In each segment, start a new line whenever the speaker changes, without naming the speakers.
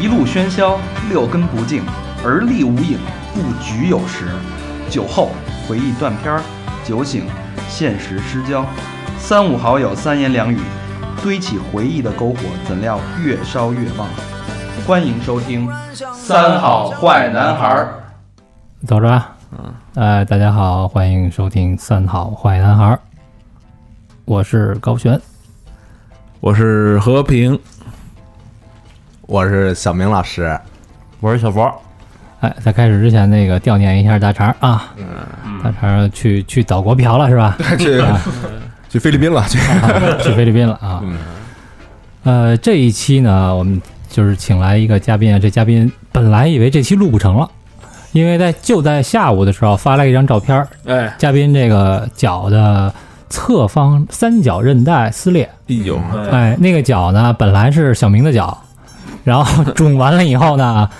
一路喧嚣，六根不净，而立无影，不局有时。酒后回忆断片儿，酒醒现实失焦。三五好友三言两语，堆起回忆的篝火，怎料越烧越旺。欢迎收听《三好坏男孩》。
早着啊，嗯，哎，大家好，欢迎收听《三好坏男孩》，我是高璇，
我是和平，
我是小明老师，
我是小博。
哎，在开始之前，那个悼念一下大肠啊，大肠去去岛国嫖了是吧？
去去菲律宾了，去
啊去菲律宾了啊。呃，这一期呢，我们就是请来一个嘉宾啊，这嘉宾本来以为这期录不成了，因为在就在下午的时候发来一张照片儿，
哎，
嘉宾这个脚的侧方三角韧带撕裂，
哎呦，
嗯
哎，那个脚呢，本来是小明的脚，然后肿完了以后呢，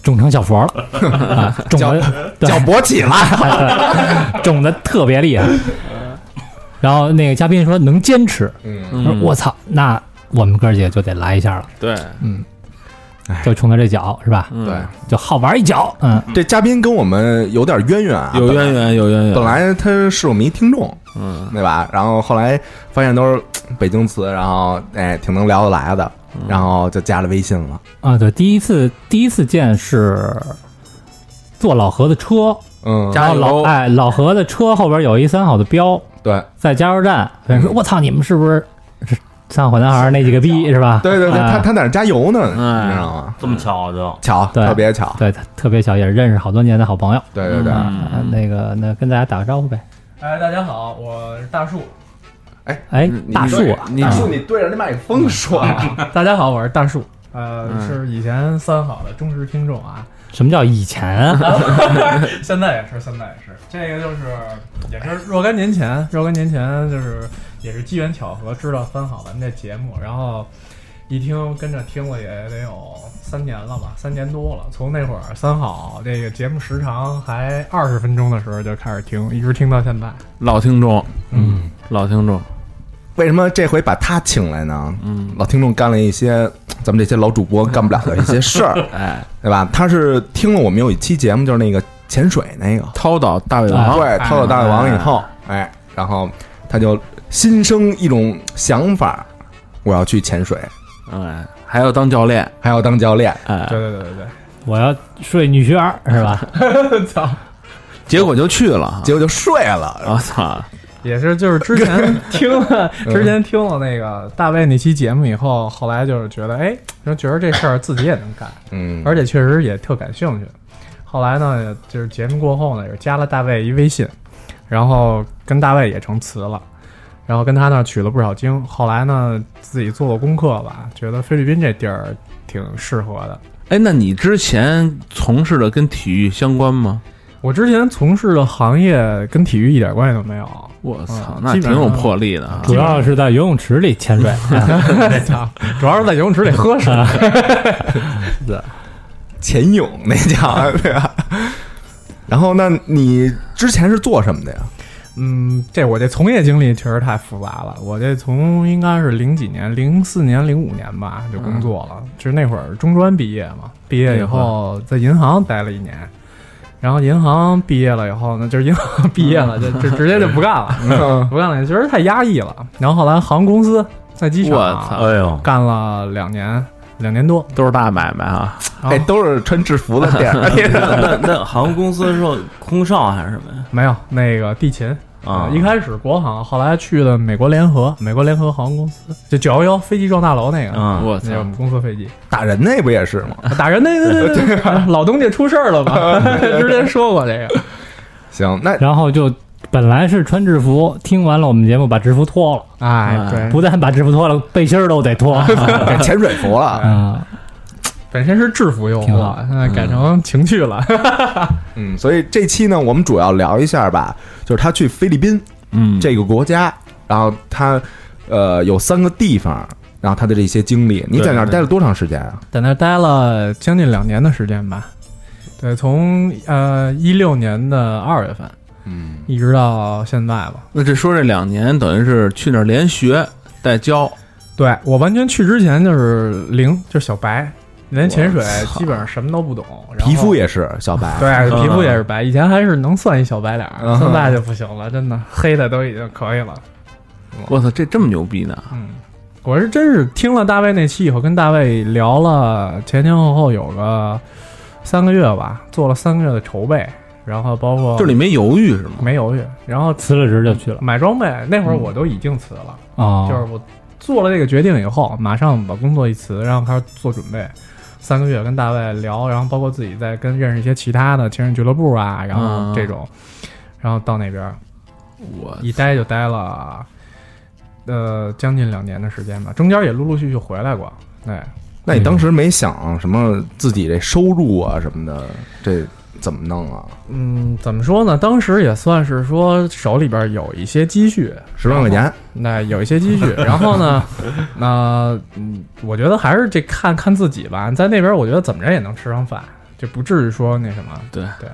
肿成小佛了，啊、肿的对
叫勃起了，
肿的特别厉害。 然后那个嘉宾说能坚持，
嗯，
我说
嗯
我操，那我们哥儿姐就得来一下了，
对，
就冲他这脚是吧？
嗯
对，
就好玩一脚，嗯，
这嘉宾跟我们有点渊源啊，
有渊源，有渊源。
本来。本来他是我们一听众，
嗯，
对吧？然后后来发现都是嘖北京词，然后哎，挺能聊得来的，然后就加了微信了。
啊，对，第一次第一次见是坐老何的车，
嗯，
加
然后老
油
哎老何的车后边有一三好的标，
对
在加油站，
嗯
人说我操，你们是不是是三好男孩那几个逼是吧？
对对对，
哎
他他在那加油呢，
哎
你知道吗？
这么巧就
巧，
对
特别巧，
对他特别巧，也是认识好多年的好朋友。
对对对。
啊，那个那跟大家打个招呼呗。
哎，大家好，我是大树。
哎，大树啊，
嗯你说你对着那麦克风 说，
大家好，我是大树。呃，是以前三好的忠实听众啊，
什么叫以前 啊？
现在也是，现在也是。这个就是也是若干年前，若干年前就是也是机缘巧合知道三好咱们这节目，然后一听跟着听了也得有三年了吧，三年多了。从那会儿三好这个节目时长还二十分钟的时候就开始听，一直听到现在。
老听众，
嗯，
老听众，
为什么这回把他请来呢？嗯，老听众干了一些咱们这些老主播干不了的一些事儿，
哎，
对吧？他是听了我们有一期节目，就是那个潜水那个，
涛岛大胃
啊
王，
对，掏了大胃王以后，哎，然后他就心生一种想法，我要去潜水，
哎，还要当教练，
还要当教练。
哎，
对对对对对，
我要睡女学员儿是
嗯
吧？
结果就去了。
结果就睡了，
我操，
也是，就是之前听了，之前听了那个大卫那期节目以后，后来就是觉得，哎，就觉得这事儿自己也能干，
嗯，
而且确实也特感兴趣。后来呢，就是节目过后呢，也是加了大卫一微信，然后跟大卫也成词了，然后跟他那儿取了不少经。后来呢，自己做做功课吧，觉得菲律宾这地儿挺适合的。
哎，那你之前从事的跟体育相关吗？
我之前从事的行业跟体育一点关系都没有，
我操，
嗯
那
基
挺
本上
有魄力的啊！
主要是在游泳池里潜 水。
操主要是在游泳池里喝水。
潜泳那叫 对吧？然后，那你之前是做什么的呀？
嗯，这我这从业经历确实太复杂了。我这从应该是零几年，零四年、零五年吧就工作了，就是那会儿中专毕业嘛，毕业以后在银行待了一年，然后银行毕业了以后呢，就是银行毕业了就就直接就不干了，不干了，觉得太压抑了。然后后来航空公司在机
我
场
操，
哎呦，
干了两年，两年多，
都是大买卖啊！
然
哎，
后
都是穿制服的店儿，哎
那那航空公司是说空少还是什么呀？
没有那个地勤。
啊，
一开始国航，后来去的美国联合，美国联合航空公司，就九幺幺飞机撞大楼那个，
啊，
我
那是我
操
们，公司飞机
打人那不也是吗？
打人那个 对啊对对，老东家出事儿了吧？ 之前说过这个，
行，那
然后就本来是穿制服，听完了我们节目把制服脱了，嗯
哎
啊，
对，
不但把制服脱了，背心儿都得 脱。
改潜水服了。
啊，
本身是制服诱
挺
惑
好，
现在改成情趣了。
嗯，所以这期呢，我们主要聊一下吧，就是他去菲律宾
嗯，
这个国家，然后他呃有三个地方，然后他的这些经历。你在那儿待了多长时间啊？
在那儿待了将近两年的时间吧，对，从呃一六年的二月份
嗯，
一直到现在吧。
那这说这两年等于是去那儿连学带教，
对我完全去之前就是零，就是小白，连潜水基本上什么都不懂，然后
皮肤也是小白，
对，
嗯
皮肤也是白，以前还是能算一小白脸儿，
嗯
现在就不行了，真的黑的都已经可以了。
我操，这这么牛逼呢？
嗯，我是真是听了大卫那期以后，跟大卫聊了前前后后有个三个月吧，做了三个月的筹备，然后包括
就是你没犹豫是吗？
没犹豫，然后
辞了职就去了
买装备那会儿我都已经辞了，
哦
啊，
就是我做了这个决定以后，马上把工作一辞，然后开始做准备。三个月跟大卫聊，然后包括自己在跟认识一些其他的潜水俱乐部啊，
哦
然后这种，然后到那边
我
一待就待了，呃，将近两年的时间吧，中间也陆陆续续回来过。对，
那你当时没想什么自己这收入啊什么的，这怎么弄啊？
嗯，怎么说呢？当时也算是说手里边有一些积蓄，
十万块钱，
那有一些积蓄，然后呢，那嗯，我觉得还是这看看自己吧，在那边我觉得怎么着也能吃上饭，就不至于说那什么。
对
对，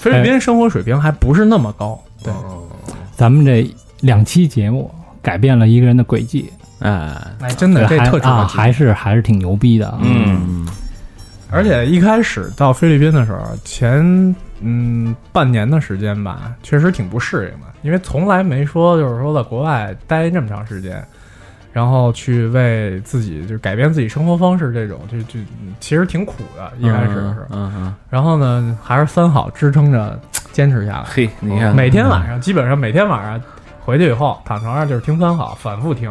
菲律宾生活水平还不是那么高。哦对，
咱们这两期节目改变了一个人的轨迹，
哎，
哎，真的这
还
特值得
啊，
提
还是还是挺牛逼的啊。
嗯，
而且一开始到菲律宾的时候，前嗯半年的时间吧，确实挺不适应的，因为从来没说就是说在国外待这么长时间，然后去为自己就改变自己生活方式这种，就就其实挺苦的，一开始的时候。
嗯嗯，
然后呢，还是三好支撑着坚持下来。
嘿，你看，
每天晚上基本上每天晚上回去以后躺床上就是听三好，反复听。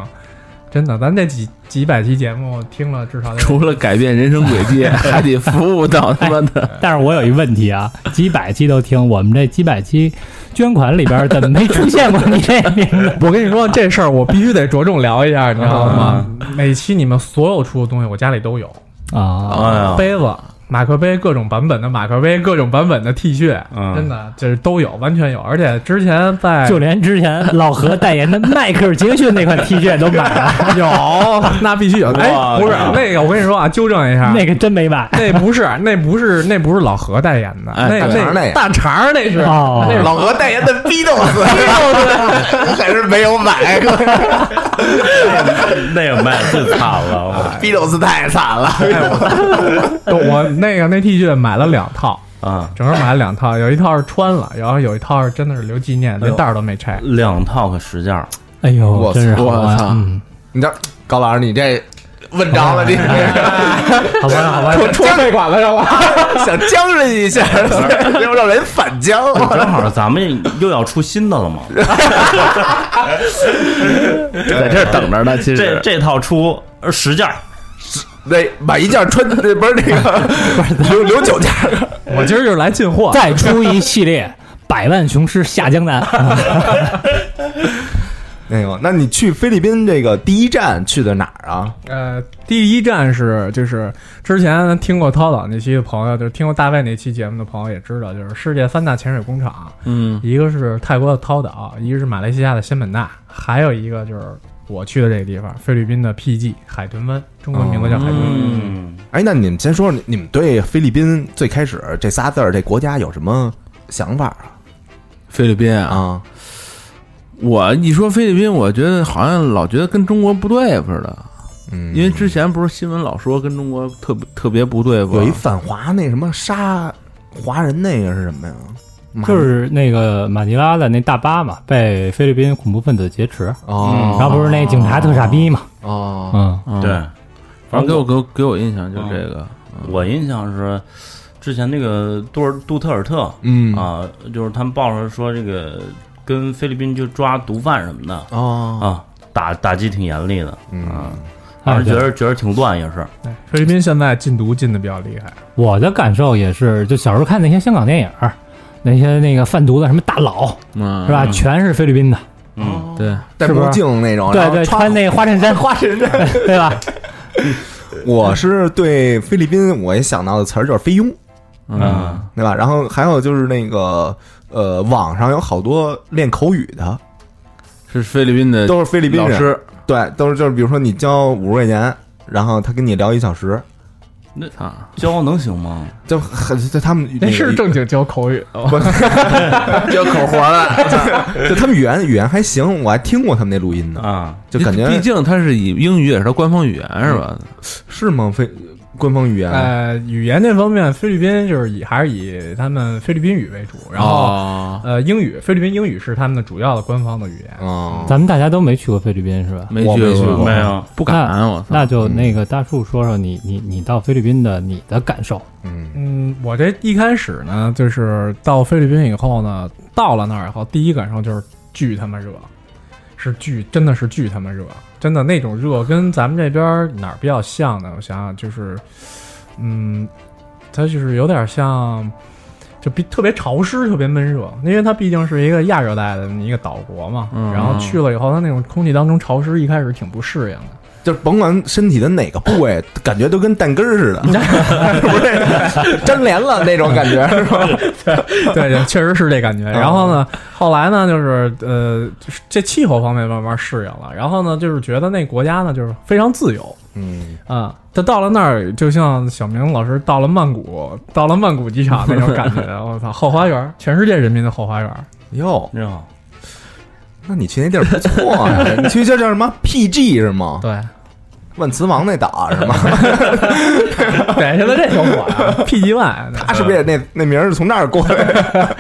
真的，咱这几几百期节目听了至少得
除了改变人生轨迹，还得服务到他妈 的，
但是我有一问题啊，几百期都听，我们这几百期捐款里边怎么没出现过你这名字？
我跟你说这事儿，我必须得着重聊一下，你知道吗？每期你们所有出的东西，我家里都有，
哦
啊？
哎呀，
杯子、马克杯，各种版本的马克杯，各种版本的 T 恤，
嗯
真的这都有，完全有。而且之前在
就连之前老何代言的迈克尔·杰逊那款 T 恤都买了，
有，那必须有。哎，不是那个，我跟你说啊，纠正一下，
那个真没买。
那不是，那不是，那不是老何代言的，
哎
那
大肠儿那
那
个
大肠儿那是，
哦
那是
老何代言的 B 豆子，
啊
我还是没有 买
那个卖得最惨了哎
，B 豆子太惨了。
我那个那 T 恤买了两套，
啊，
整个买了两套，有一套是穿了，然后有一套是真的是留纪念，连袋儿都没拆。
两套可十件儿，
哎呦，
我
真是
操
好
我
啊
玩
操，
嗯
你这
高老师，你这问着了，你
好玩，好玩。
出废馆了是吧？
啊 想将人一 下，要不让人反将。
哦
正好啊咱们又要出新的了 嘛。
在这儿等着呢。其
这
实
这套出呃十件儿，
那买一件穿，那不是那 个留留九件，
我今儿就是来进货，
再出一系列《百万雄师下江南》啊，
那个，那你去菲律宾这个第一站去的哪儿啊？
呃，第一站是就是之前听过涛导那期的朋友，就是听过大卫那期节目的朋友也知道，就是世界三大潜水工厂，
嗯，
一个是泰国的涛岛，一个是马来西亚的仙本那，还有一个就是我去的这个地方，菲律宾的 PG 海豚湾，中文名字叫海豚湾。
嗯，
哎，那你们先说，你们对菲律宾最开始这仨字儿这国家有什么想法啊？
菲律宾啊，
啊，
我一说菲律宾，我觉得好像老觉得跟中国不对付似的，
嗯，
因为之前不是新闻老说跟中国特别特别不对付啊
有一，反华那什么杀华人那个是什么呀？马
就是那个马尼拉的那大巴嘛，被菲律宾恐怖分子劫持，
哦，
然后不是那警察特傻逼嘛，
哦，
嗯，
嗯
对，，
反正给我给我给我印象就这个，
我印象是之前那个杜尔杜特尔特
嗯
啊，就是他们报上说这个跟菲律宾就抓毒贩什么的
哦，
啊，打打击挺严厉的，
嗯，
当时觉
对
得觉得挺乱也是，
对菲律宾现在禁毒禁的比较厉害，
我的感受也是，就小时候看那些香港电影儿，那些那个贩毒的什么大佬
嗯，
哦是吧，全是菲律宾的，
嗯，
对，
戴墨镜那种，
对
哦然后
对，穿那花衬衫，花衬衫， 对吧？
我是对菲律宾，我一想到的词儿就是菲佣，
啊
嗯，
对吧？然后还有就是那个呃，网上有好多练口语的，
是菲律宾
呃
的
都是菲律宾
老
人，
师，
对，都是就是比如说你交五十块钱，然后他跟你聊一小时，
啊，
骄傲能行吗？
就很就他们
那是正经教口语的吗？
就口活了。
就他们语言语言还行，我还听过他们那录音呢，
啊，
就感觉
毕竟他是以英语也是他官方语言是吧？
是吗？非官方语言，
呃，语言这方面，菲律宾就是以还是以他们菲律宾语为主，然后、
哦
呃，英语，菲律宾英语是他们的主要的官方的语言。
哦，
咱们大家都没去过菲律宾是吧？
没
我没
去
去
过，
过
没有，
不敢，我操！
那就那个大树说说你你你到菲律宾的你的感受。
嗯
嗯，我这一开始呢，就是到菲律宾以后呢，到了那儿以后，第一感受就是巨他妈热，是巨，真的是巨他妈热，真的那种热跟咱们这边儿哪儿比较像呢？我想想，就是，嗯，它就是有点像，就比特别潮湿，特别闷热，因为它毕竟是一个亚热带的一个岛国嘛。
嗯
然后去了以后，它那种空气当中潮湿，一开始挺不适应的。
就是甭管身体的哪个部位，感觉都跟蛋根儿 似的，是不是粘连了那种感觉，是吧？
对对，确实是这感觉。然后呢，后来呢，就是呃，就是这气候方面慢慢适应了。然后呢，就是觉得那国家呢，就是非常自由
嗯，
啊。他、到了那儿，就像小明老师到了曼谷，到了曼谷机场那种感觉。我操，后花园，全世界人民的后花园。
哟，
你知道吗？
那你去那地儿不错呀，你去叫叫什么 PG 是吗？
对，
万磁王那岛是 吗？
对，现在这啊挺火 呀，P G Y，
他是不是也那那名儿是从那儿过来的？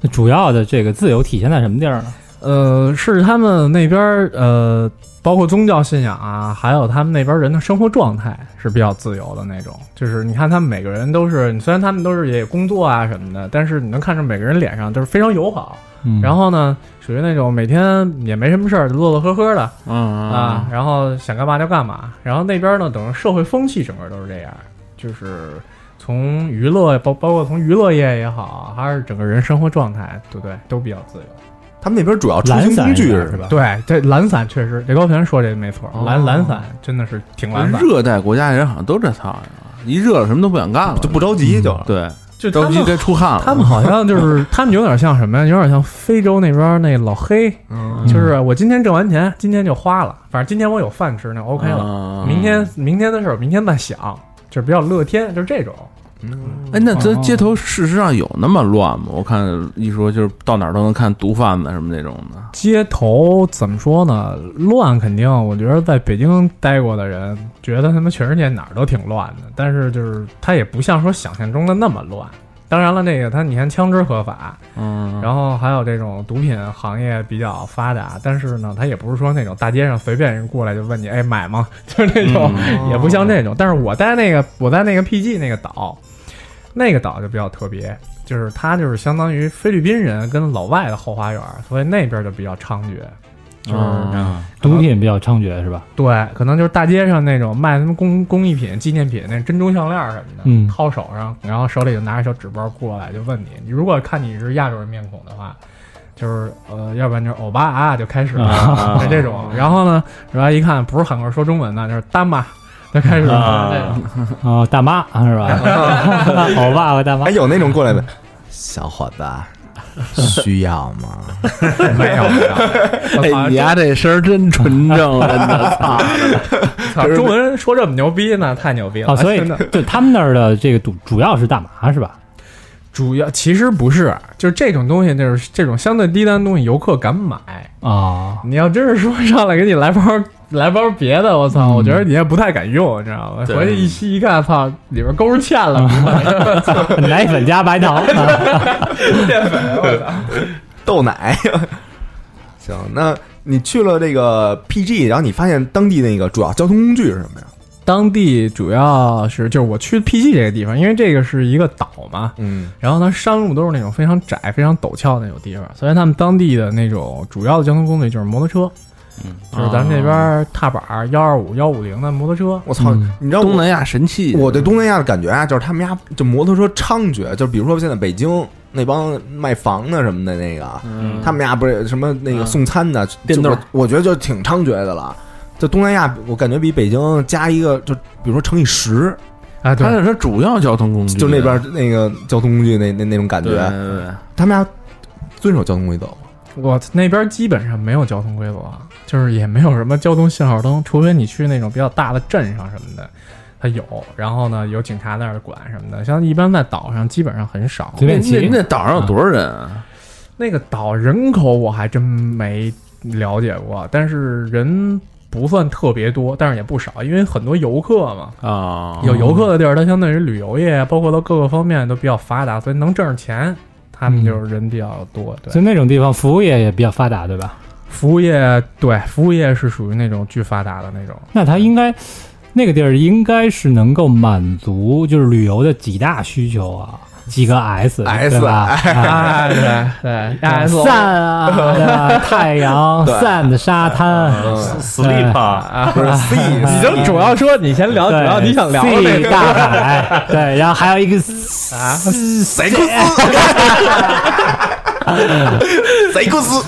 那主要的这个自由体现在什么地儿呢？
呃，是他们那边儿呃，包括宗教信仰啊，还有他们那边人的生活状态是比较自由的那种。就是你看他们每个人都是，虽然他们都是也工作啊什么的，但是你能看出每个人脸上都是非常友好。
嗯
然后呢，属于那种每天也没什么事儿，乐乐呵呵的
嗯
啊，，然后想干嘛就干嘛。然后那边呢，等于社会风气整个都是这样，就是。从娱乐包包括从娱乐业也好，还是整个人生活状态，对不对？都比较自由。
他们那边主要出行工具是吧？
对，这懒散确实，这高泉说这没错，
哦
懒懒散真的是挺懒散。
热带国家人好像都这操样啊，一热了什么都不想干了，
就不着急就。
对，
就
着急该出汗了。
他们好像就是 他们有点像什么呀？有点像非洲那边那老黑，
嗯
就是我今天挣完钱，今天就花了，反正今天我有饭吃，
嗯
那 OK 了。
了
明天明天的事儿，明天再想，就是比较乐天，就是这种。
嗯
哎，那咱街头事实上有那么乱吗？我看一说就是到哪儿都能看毒贩子什么那种的。
街头怎么说呢？乱肯定，我觉得在北京待过的人，觉得他妈全世界哪儿都挺乱的，但是就是它也不像说想象中的那么乱。当然了，那个它你看枪支合法，
嗯，
然后还有这种毒品行业比较发达，但是呢，它也不是说那种大街上随便人过来就问你，哎，买吗？ 就是那种，
嗯
也不
哦
像这种。但是我在那个我在那个 PG 那个岛，那个岛就比较特别，就是它就是相当于菲律宾人跟老外的后花园，所以那边就比较猖獗。就是、
嗯
呃
毒品比较猖獗是吧？
对，可能就是大街上那种卖什么工工艺品、纪念品，那珍珠项链什么的，
嗯
掏手上，然后手里就拿着小纸包过来，就问你，你如果看你是亚洲人面孔的话，就是呃，要不然就是欧巴啊，就开始了，就这种。然后呢，然后一看不是韩国人说中文的，就是丹妈，就开始了这种。
哦，大妈是吧？ 欧巴和大妈
哎，，有那种过来 的小伙子，啊需要吗？
没有，没有，我操
哎，你丫这声儿真纯正， 真的操！
操中文说这么啊牛逼呢，太牛逼了。
哦， 所以
真的
就他们那儿的这个主主要是大麻是吧？
主要其实不是，就是这种东西，就是这种相对低端的东西，游客敢买。
啊，
你要真是说上来给你来包来包别的，我操，我觉得你也不太敢用，你知道吗？回去一吸一看，操，里边勾着芡了，
奶粉加白糖。 啊
豆奶。行，那你去了这个 PG，然后你发现当地那个主要交通工具是什么呀？
当地主要是就是我去 PG 这个地方，因为这个是一个岛嘛，
嗯，
然后呢山路都是那种非常窄、非常陡峭的那种地方，所以他们当地的那种主要的交通工具就是摩托车，就是咱们这边踏板幺二五、幺五零的摩托车。
我操
嗯，
你知道
东
我
南亚神器，
我对东南亚的感觉啊，就是他们家就摩托车猖獗，就比如说现在北京那帮卖房的什么的那个，
嗯
他们家不是什么那个送餐的，
电动
就我我觉得就挺猖獗的了。就东南亚，我感觉比北京加一个，就比如说乘以十，
啊，
他
对，
那是主要交通工具，
就那边那个交通工具那那那种感
嗯对对
觉，
对，
他们家遵守交通规则吗。
我那边基本上没有交通规则，就是也没有什么交通信号灯，除非你去那种比较大的镇上什么的，它有。然后呢，有警察在那儿管什么的。像一般在岛上基本上很少。
随便
那
骑
那那岛上有多少人啊？
那个岛人口我还真没了解过，但是人不算特别多，但是也不少，因为很多游客嘛，
啊，
有游客的地儿，它相当于旅游业，包括到各个方面都比较发达，所以能挣着钱，他们就是人比较多。
所
对，
以那种地方服务业也比较发达，对吧？
服务业对服务业是属于那种巨发达的那种。
那它应该那个地儿应该是能够满足就是旅游的几大需求啊，几个 S
S，
对吧？啊
啊，对对
散啊，对吧太阳散的沙滩，
，sleep 啊，
不是 C
你 就主要说你先聊啊主要你想聊的那
对 C
个
大海，对，然后还有一个
嗯
啊，
谁公司？谁公司？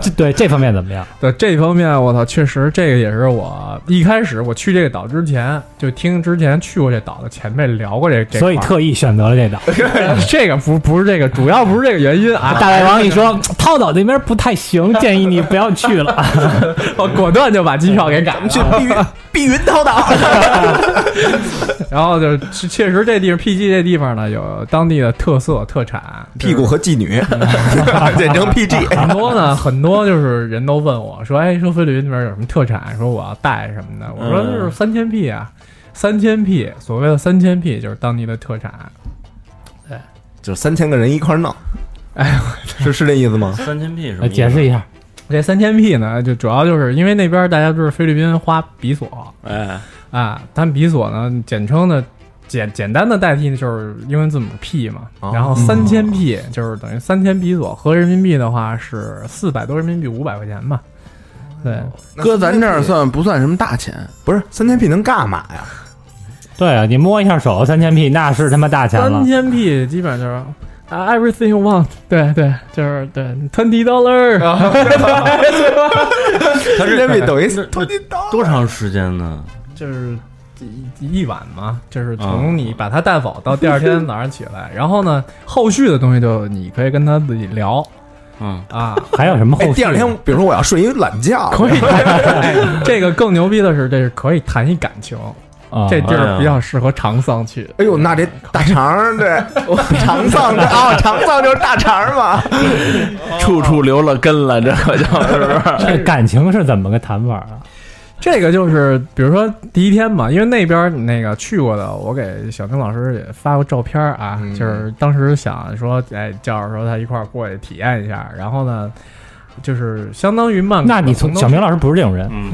这对这方面怎么样？
对这方面，我操，确实这个也是我一开始我去这个岛之前，就听之前去过这岛的前辈聊过这这块
所
儿，
以特意选择了这岛。
这个不不是这个，主要不是这个原因啊，
大胃王一说，涛岛那边不太行，建议你不要去了。
我果断就把机票给 改了。
去碧云碧云涛岛。
然后就是确实这地方 PG 这地方呢，有当地的特色特产，
屁股和妓女， 简 称 PG。
很多呢，很多就是人都问我说， 哎，说菲律宾那边有什么特产？说我要带什么的？我说就是三千 P 啊，三千 P，所谓的三千 P 就是当地的特产。
就三千个人一块儿闹，哎，是是这意思吗？
三千 P 是什么
呃
意思？
解释一下，
这三千 P 呢，就主要就是因为那边大家都是菲律宾花比索
哎，
啊，他们比索呢，简称的简简单的代替呢就是英文字母 P 嘛，然后三千 P 就是等于三千比索，合人民币的话是四百多人民币，五百块钱吧。对，
搁咱这儿算不算什么大钱？
不是三千 P 能干嘛呀？
对啊，你摸一下手，三千 P 那是他妈大钱了
三。千 P 基本上就是。啊、e v e r y t h i n g you want，对对，就是对，twenty dollar，、
啊三千 P 等于
多长时间呢？
就是一一晚嘛，就是从你把它带走到第二天早上起来，然后呢，后续的东西就你可以跟他自己聊
嗯，
啊。
还有什么后
哎，
续？
第二天，比如说我要睡一懒觉，
可以，哎这个更牛逼的是，这是可以谈一感情，
啊
这地
哎
儿
呀
比较适合长桑去。
哎呦，那这大肠儿 对，长 藏的啊，长藏就是大肠儿嘛。
处处留了根了，这可就
这感情是怎么个谈法啊？
这个就是，比如说第一天嘛，因为那边儿那个去过的，我给小丁老师也发过照片儿啊，
嗯
就是当时想说，哎，叫着说他一块儿过去体验一下，然后呢，就是相当于曼谷。
那你从小明老师不是这种人，
嗯，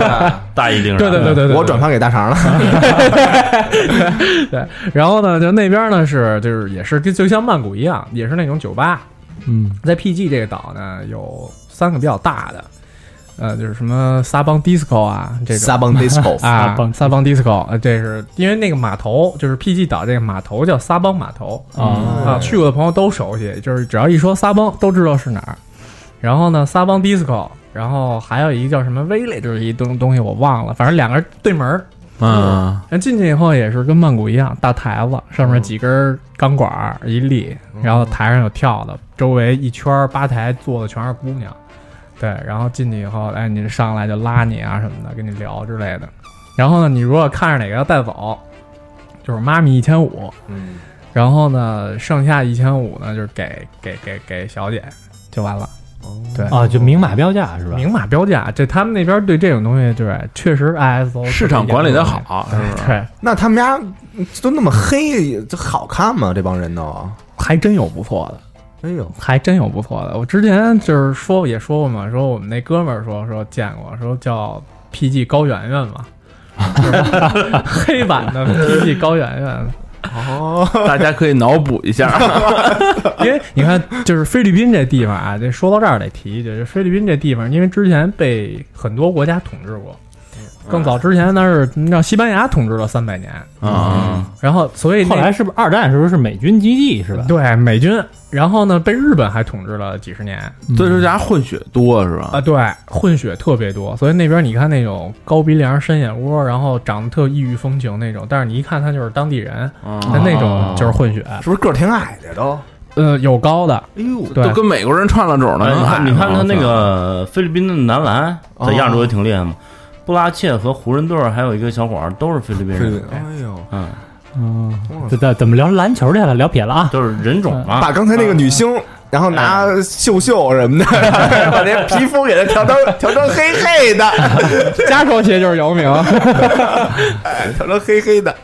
大一定啊
对对对对对，
我转发给大肠了，
然后呢，就那边呢是就是也是跟就像曼谷一样，也是那种酒吧，
嗯，
在 PG 这个岛呢有三个比较大的，呃，就是什么撒邦 disco 啊这种。
撒邦 disco
啊
撒，邦
撒邦 disco，呃，这是因为那个码头，就是 PG 岛这个码头叫撒邦码头
哦
啊，去过的朋友都熟悉，就是只要一说撒邦都知道是哪儿。然后呢，撒邦 disco，然后还有一个叫什么 village 一东东西我忘了，反正两个人对门儿。
啊，
然后进去以后也是跟曼谷一样，大台子上
嗯
面几根钢管儿一立，然后台上有跳的，周围一圈儿吧台坐的全是姑娘，对，然后进去以后，哎，你上来就拉你啊什么的，跟你聊之类的。然后呢，你如果看着哪个要带走，就是妈咪一千五，
嗯，
然后呢，剩下一千五呢，就是给给给给小姐就完了。
哦
对
啊，就明码标价是吧？
嗯明码标价，这他们那边对这种东西就是确实 ISO
市场管理的好，
特别严格，对。
那他们家都那么黑，这好看吗？这帮人都，
还真有不错的，
哎呦，
还真有不错的。我之前就是说也说过嘛，说我们那哥们儿说说见过，说叫 PG 高圆圆嘛，黑版的 PG 高圆圆。
大家可以脑补一下。啊
因为你看，就是菲律宾这地方啊，这说到这儿得提一句，就是菲律宾这地方，因为之前被很多国家统治过，更早之前那是让西班牙统治了三百年，
啊，
然后所以那
后来是不是二战时候是美军基地是吧？
对美军，然后呢被日本还统治了几十年，
所以说家混血多是吧？
啊，对，混血特别多，所以那边你看那种高鼻梁、深眼窝，然后长得特异域风情那种，但是你一看他就是当地人，他
啊，
那种就是混血，
是不是个儿挺矮的都？
呃，有高的，
哎呦，
对
都，跟美国人串了种
哎
了。
你看，你看他那
个
个菲律宾的男篮，在亚洲也挺厉害嘛。布拉切和湖人队儿还有一个小伙儿都是菲律宾人，
哎呦，哦
嗯，
嗯，怎怎怎么聊篮球去了？聊撇了啊！
都是人种嘛。
把刚才那个女星然后拿秀秀什么的， 把这皮肤给它调成调成黑黑的，
加双鞋就是姚明
哎，调成黑黑的，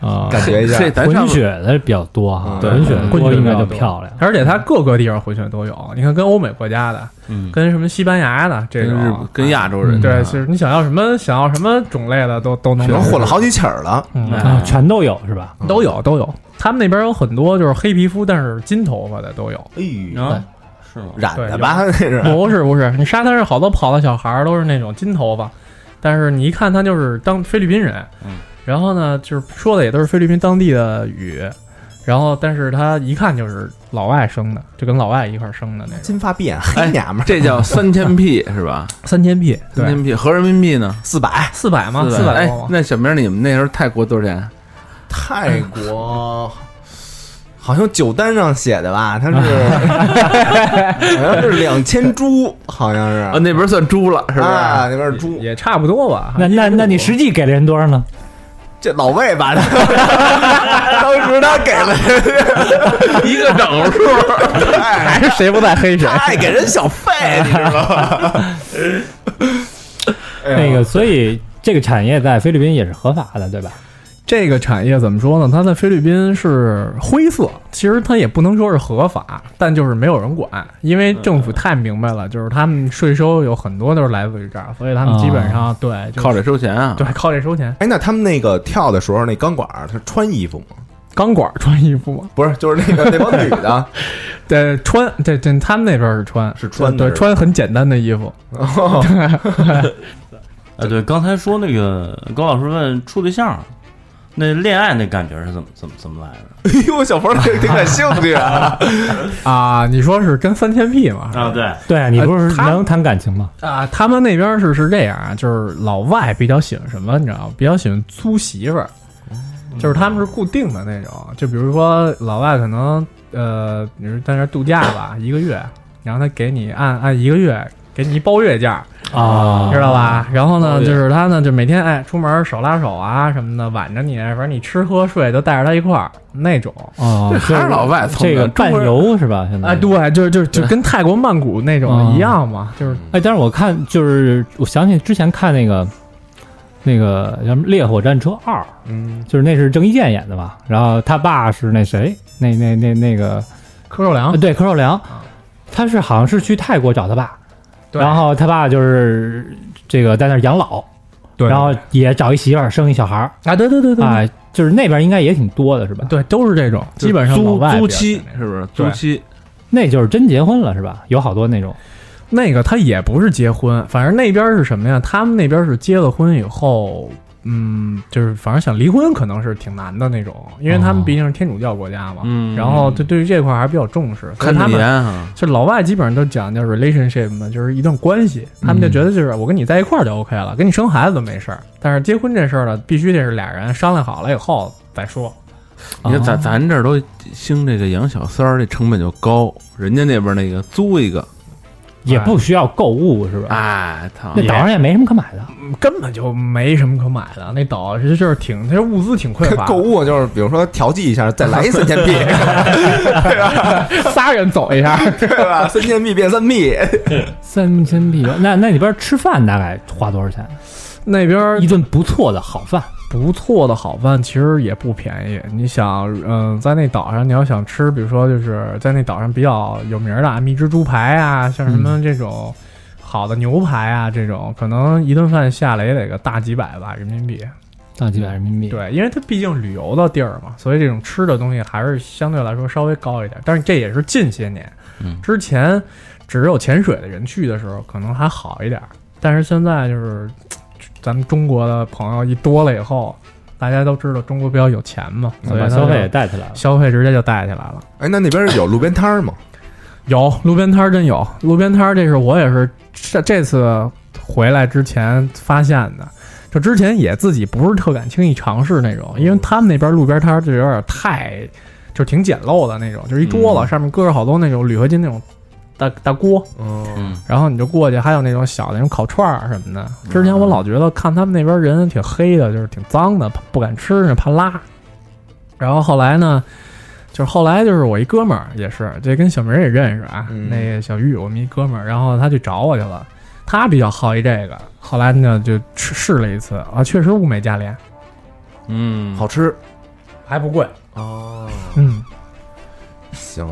啊，
感觉一下
这咱上
混血的比较多哈，
嗯对
混血的
混血
多
比
应该
较
就
多
漂亮。
而且它各个地方混血都有。你看，跟欧美国家的，跟什么西班牙的这
跟日
种啊
本，跟嗯亚洲人啊
对，就是你想要什么想要什么种类的都都能
可能
有
混了好几起儿了。
嗯
啊，全都有是吧？
都有都有。他们那边有很多就是黑皮肤但是金头发的都有。
哎呦，
啊，是吗？
染的吧？那是
不是不是，你沙滩上好多跑的小孩儿都是那种金头发，但是你一看他就是当菲律宾人，
嗯
然后呢就是说的也都是菲律宾当地的语，然后但是他一看就是老外生的，就跟老外一块儿生的那种。
金发碧眼黑娘们儿，
这叫三千 P 是吧？
三千币，
三
对，
千 P 合人民币呢？
哎四百
四百哦吗？
四
四百
哎
多吗，？
那小明，你们那时候泰国多少钱？啊
泰国。好像酒单上写的吧，它是好像是两千铢，好像
啊，
是
那边算猪了是
啊，
吧？
那边是猪，
也差不多吧。
那那那你实际给了人多少呢？
这老魏吧， 当时他给了
一个整数，
哎
还是谁不在黑谁
爱给人小费，你知道 吗？
那个，所以这个产业在菲律宾也是合法的，对吧？
这个产业怎么说呢？它在菲律宾是灰色，其实它也不能说是合法，但就是没有人管，因为政府太明白了，就是他们税收有很多都是来自于这儿，所以他们基本上、对就是
靠这收钱啊？
对靠这收钱。
哎，那他们那个跳的时候，那钢管儿他穿衣服吗？
钢管穿衣服吗？
不是，就是那个那帮女的，
对，穿对对，他们那边是穿
是穿的
对
是吧
穿很简单的衣服，
啊，对，刚才说那个高老师问处对象，那恋爱那感觉是怎么怎么怎么来的？
哎呦，小冯挺挺感兴趣啊，
啊，你说是跟三千 P 吗？
啊，对，
对啊，你不是
呃他
能谈感情吗？
啊，他们那边是是这样啊，就是老外比较喜欢什么，你知道吗？比较喜欢租媳妇儿，
嗯
就是他们是固定的那种，就比如说老外可能呃，你是在那儿度假吧，一个月，然后他给你按按一个月。给你一包月价，
啊
知道吧？然后
包
呢，
月
就是他呢，就每天哎出门手拉手啊什么的，挽着你，反正你吃喝睡都带着他一块儿那种。
哦，
这还是
就
老外从
这个
中
伴
国人
游是吧？现在
哎，对，就是就是就跟泰国曼谷那种一样嘛，就是
哎，但是我看就是我想起之前看那个那个叫什么《烈火战车二》，
嗯，
就是那是郑伊健演的嘛，然后他爸是那谁，那那那那个、
柯受良
啊、对柯受良，他是好像是去泰国找他爸，
对
然后他爸就是这个在那儿养老，
对
然后也找一媳妇儿生一小孩儿
啊，对对对对，
啊、就是那边应该也挺多的是吧？，
对，都是这种，基本上老
租
外
租
比较喜
期
欢
是不是？租期
那就是真结婚了是吧？有好多那种
那个他也不是结婚，反正那边是什么呀？他们那边是结了婚以后，嗯，就是反正想离婚可能是挺难的那种，因为他们
哦
毕竟是天主教国家嘛，
嗯
然后对对于这块还是比较重视，所以
看啊
他
得
们。
严哈。
就老外基本上都讲究 relationship 嘛，就是一段关系，
嗯
他们就觉得就是我跟你在一块儿就 OK 了，跟你生孩子都没事儿，但是结婚这事儿呢，必须得是俩人商量好了以后再说。
你看
哦
咱咱这儿都兴这个养小三儿，这成本就高，人家那边那个租一个，
也不需要购物是吧？
哎，操
那，岛上也没什么可买的，
根本就没什么可买的，那岛其实就是挺，它物资挺匮 乏的，
购物就是比如说调剂一下，再来一三千 币，
仨人 走一下，
对吧？三千币变三币，
三千币吧。那那里边吃饭大概花多少钱？
那边
一顿不错的好饭，
不错的好饭其实也不便宜。你想，嗯、在那岛上你要想吃，比如说就是在那岛上比较有名的啊，蜜汁猪排啊，像什么这种好的牛排啊，这种可能一顿饭下来也得个大几百吧人民币。
到几百人民币。，
对，因为它毕竟旅游的地儿嘛，所以这种吃的东西还是相对来说稍微高一点。但是这也是近些年，
嗯
之前只有潜水的人去的时候可能还好一点儿，但是现在就是咱们中国的朋友一多了以后，大家都知道中国比较有钱嘛，所
嗯
以
把
他
消
就
费也带起来了。
消费直接就带起来了。
哎，那那边有路边摊儿吗？
有路边摊儿真有，路边摊儿这是我也是这这次回来之前发现的。就之前也自己不是特敢轻易尝试那种，因为他们那边路边摊儿就有点太，就挺简陋的那种，就是一桌子上面搁着好多那种铝合金那种大大锅，
嗯，
然后你就过去，还有那种小的那种烤串儿什么的。之前我老觉得看他们那边人挺黑的，就是挺脏的，不敢吃，怕拉。然后后来呢，就是后来就是我一哥们儿也是，这跟小明也认识啊，
嗯
那个小玉我们一哥们儿，然后他去找我去了，他比较好一这个，后来呢就吃试了一次啊，确实物美价廉，
嗯，
好吃
还不贵，
哦。
嗯，
行，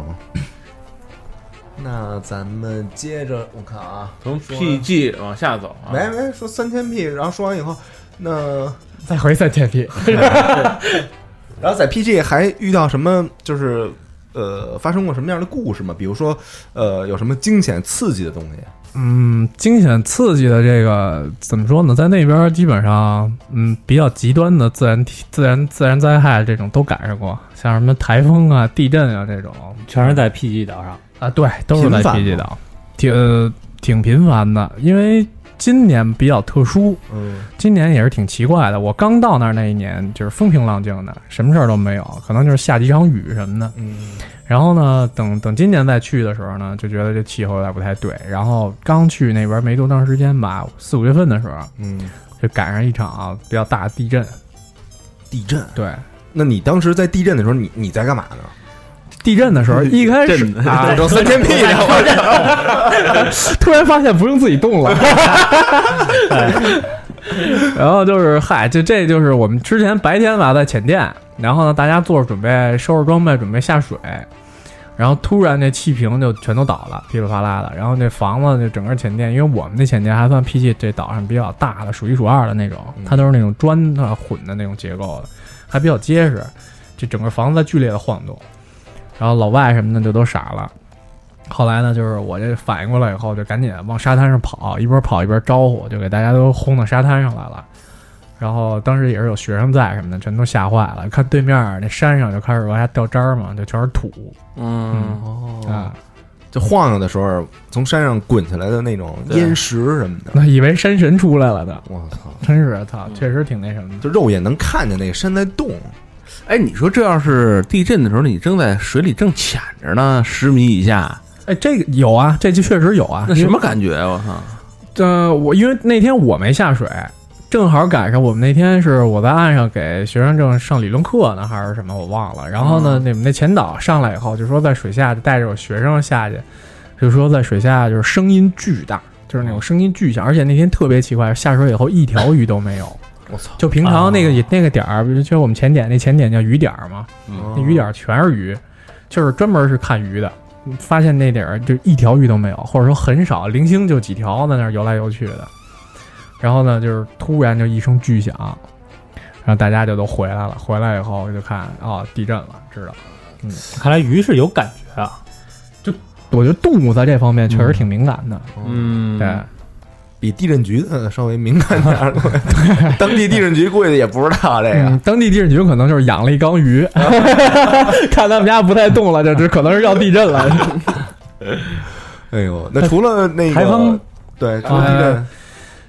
那咱们接着我看啊，
从
说
PG 往下走啊，
没没说三千 P，然后说完以后，那
再回再铁皮，
然后在 PG 还遇到什么就是。呃，发生过什么样的故事吗？比如说，呃，有什么惊险刺激的东西？
嗯，惊险刺激的这个怎么说呢？在那边基本上，嗯，比较极端的自然自然自然灾害这种都赶上过，像什么台风啊、地震啊这种
全是在 PG 岛上。
啊，对，都是在
频繁
PG 岛，挺、呃挺频繁的。因为今年比较特殊，
嗯，
今年也是挺奇怪的。我刚到那儿那一年，就是风平浪静的，什么事儿都没有，可能就是下几场雨什么的。
嗯，
然后呢，等等今年再去的时候呢，就觉得这气候有点不太对。然后刚去那边没多长时间吧，四五月份的时候，
嗯，
就赶上一场、比较大的地震。
地震。
对，
那你当时在地震的时候，你你在干嘛呢？
地震的时 候，一开始啊，
整三千 P 呢？
突然发现不用自己动了。哎然后就是嗨，就这就是我们之前白天吧在浅店，然后呢大家做着准备收拾装备准备下水，然后突然这气瓶就全都倒了，噼里啪啦的。然后这房子就整个浅店，因为我们那浅店还算 PG 这岛上比较大的，数一数二的那种，它都是那种砖头混的那种结构的，还比较结实。这整个房子在剧烈的晃动，然后老外什么的就都傻了。后来呢，就是我这反应过来以后，就赶紧往沙滩上跑，一边跑一边招呼，就给大家都轰到沙滩上来了。然后当时也是有学生在什么的，全都吓坏了。看对面那山上就开始往下掉渣儿嘛，就全是土
嗯，
啊，
就晃悠的时候，从山上滚下来的那种
对
烟石什么的。
那以为山神出来了的，
我操！
真是操，确实挺那什么的。
就肉眼能看见那个山在动，
哎，你说这要是地震的时候，你正在水里正潜着呢，十米以下，
哎，这个有啊，这就确实有啊。
那什么感觉啊？我操！
呃，我因为那天我没下水，正好赶上我们那天是我在岸上给学生证上理论课呢，还是什么我忘了。然后呢，你们那前导上来以后就说在水下就带着我学生下去，就说在水下就是声音巨大，就是那种声音巨响，而且那天特别奇怪，下水以后一条鱼都没有。
我操！
就平常那个、那个点儿，比如就我们前点那前点叫鱼点儿嘛，那鱼点儿全是鱼，就是专门是看鱼的。发现那点儿就一条鱼都没有，或者说很少，零星就几条在那儿游来游去的。然后呢，就是突然就一声巨响，然后大家就都回来了。回来以后就看哦，地震了，知道。
看来鱼是有感觉啊，
我觉得动物在这方面确实挺敏感的，
嗯，
对。
比地震局的稍微敏感点儿。 当地地震局估计也不知道这个
嗯，当地地震局可能就是养了一缸鱼，看他们家不太动了，就这可能是要地震了。
哎呦，那除了那个
台风，
对，除了地震，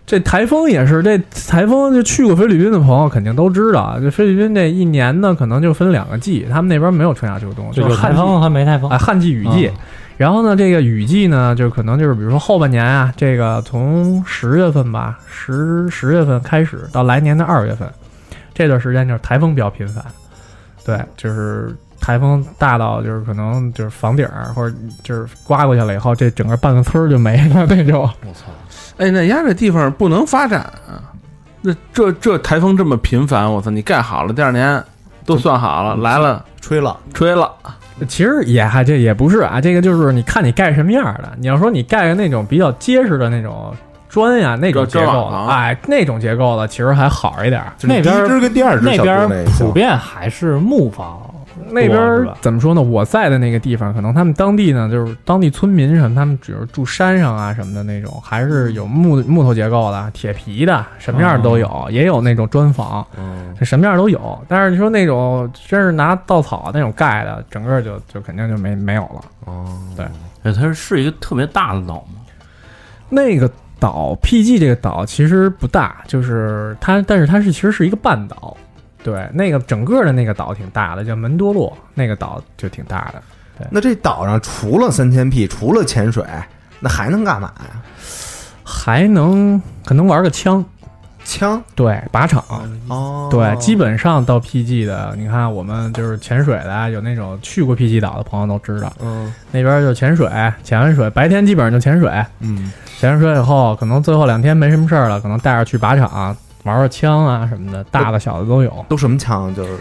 这台风也是，这台风就去过菲律宾的朋友肯定都知道，就菲律宾这一年呢，可能就分两个季，他们那边没有春夏秋冬，
就
就
有
是旱
台
季
风和没
哦
台风
啊，。旱季、雨季。然后呢，这个雨季呢，就可能就是比如说后半年啊，这个从十月份吧，十十月份开始到来年的二月份，这段时间就是台风比较频繁，对，就是台风大到就是可能就是房顶儿或者就是刮过去了以后，这整个半个村儿就没了 那种。
哎，那压这地方不能发展啊！那这这台风这么频繁，我操！你盖好了，第二年都算好了，来了
吹了，
吹了，
其实也还这也不是啊，这个就是你看你盖什么样的。你要说你盖个那种比较结实的那种砖呀、那种结
砖
构
瓦
的，
房
哎，那种结构的其实还好一点儿。
就是
那边
第一只跟第二只
那
小
边
猪那一
普
样
遍还是木房，
那边
多是
儿
吧
怎么说呢？我在的那个地方，可能他们当地呢，就是当地村民什么，他们只是住山上啊什么的那种，还
嗯
是有木木头结构的、铁皮的，什么样儿都有，也有那种砖房，
嗯
这什么样儿都有。但是你说那种真是拿稻草那种盖的，整个就就肯定就没没有了。
哦，
哎，它是一个特别大的岛吗？
那个岛 PG 这个岛其实不大，就是它，但是它是其实是一个半岛。对，那个整个的那个岛挺大的，叫门多洛，那个岛就挺大的。
那这岛上除了三千 P，除了潜水，那还能干嘛呀？
还能可能玩个枪，
枪
对靶场，
哦，
对，基本上到 PG 的，你看我们就是潜水的，有那种去过 PG 岛的朋友都知道，
嗯
那边就潜水，潜完水白天基本上就潜水，
嗯
潜完水以后，可能最后两天没什么事儿了，可能带着去靶场玩玩枪啊什么的，大的小的都有。
都什么枪？啊就是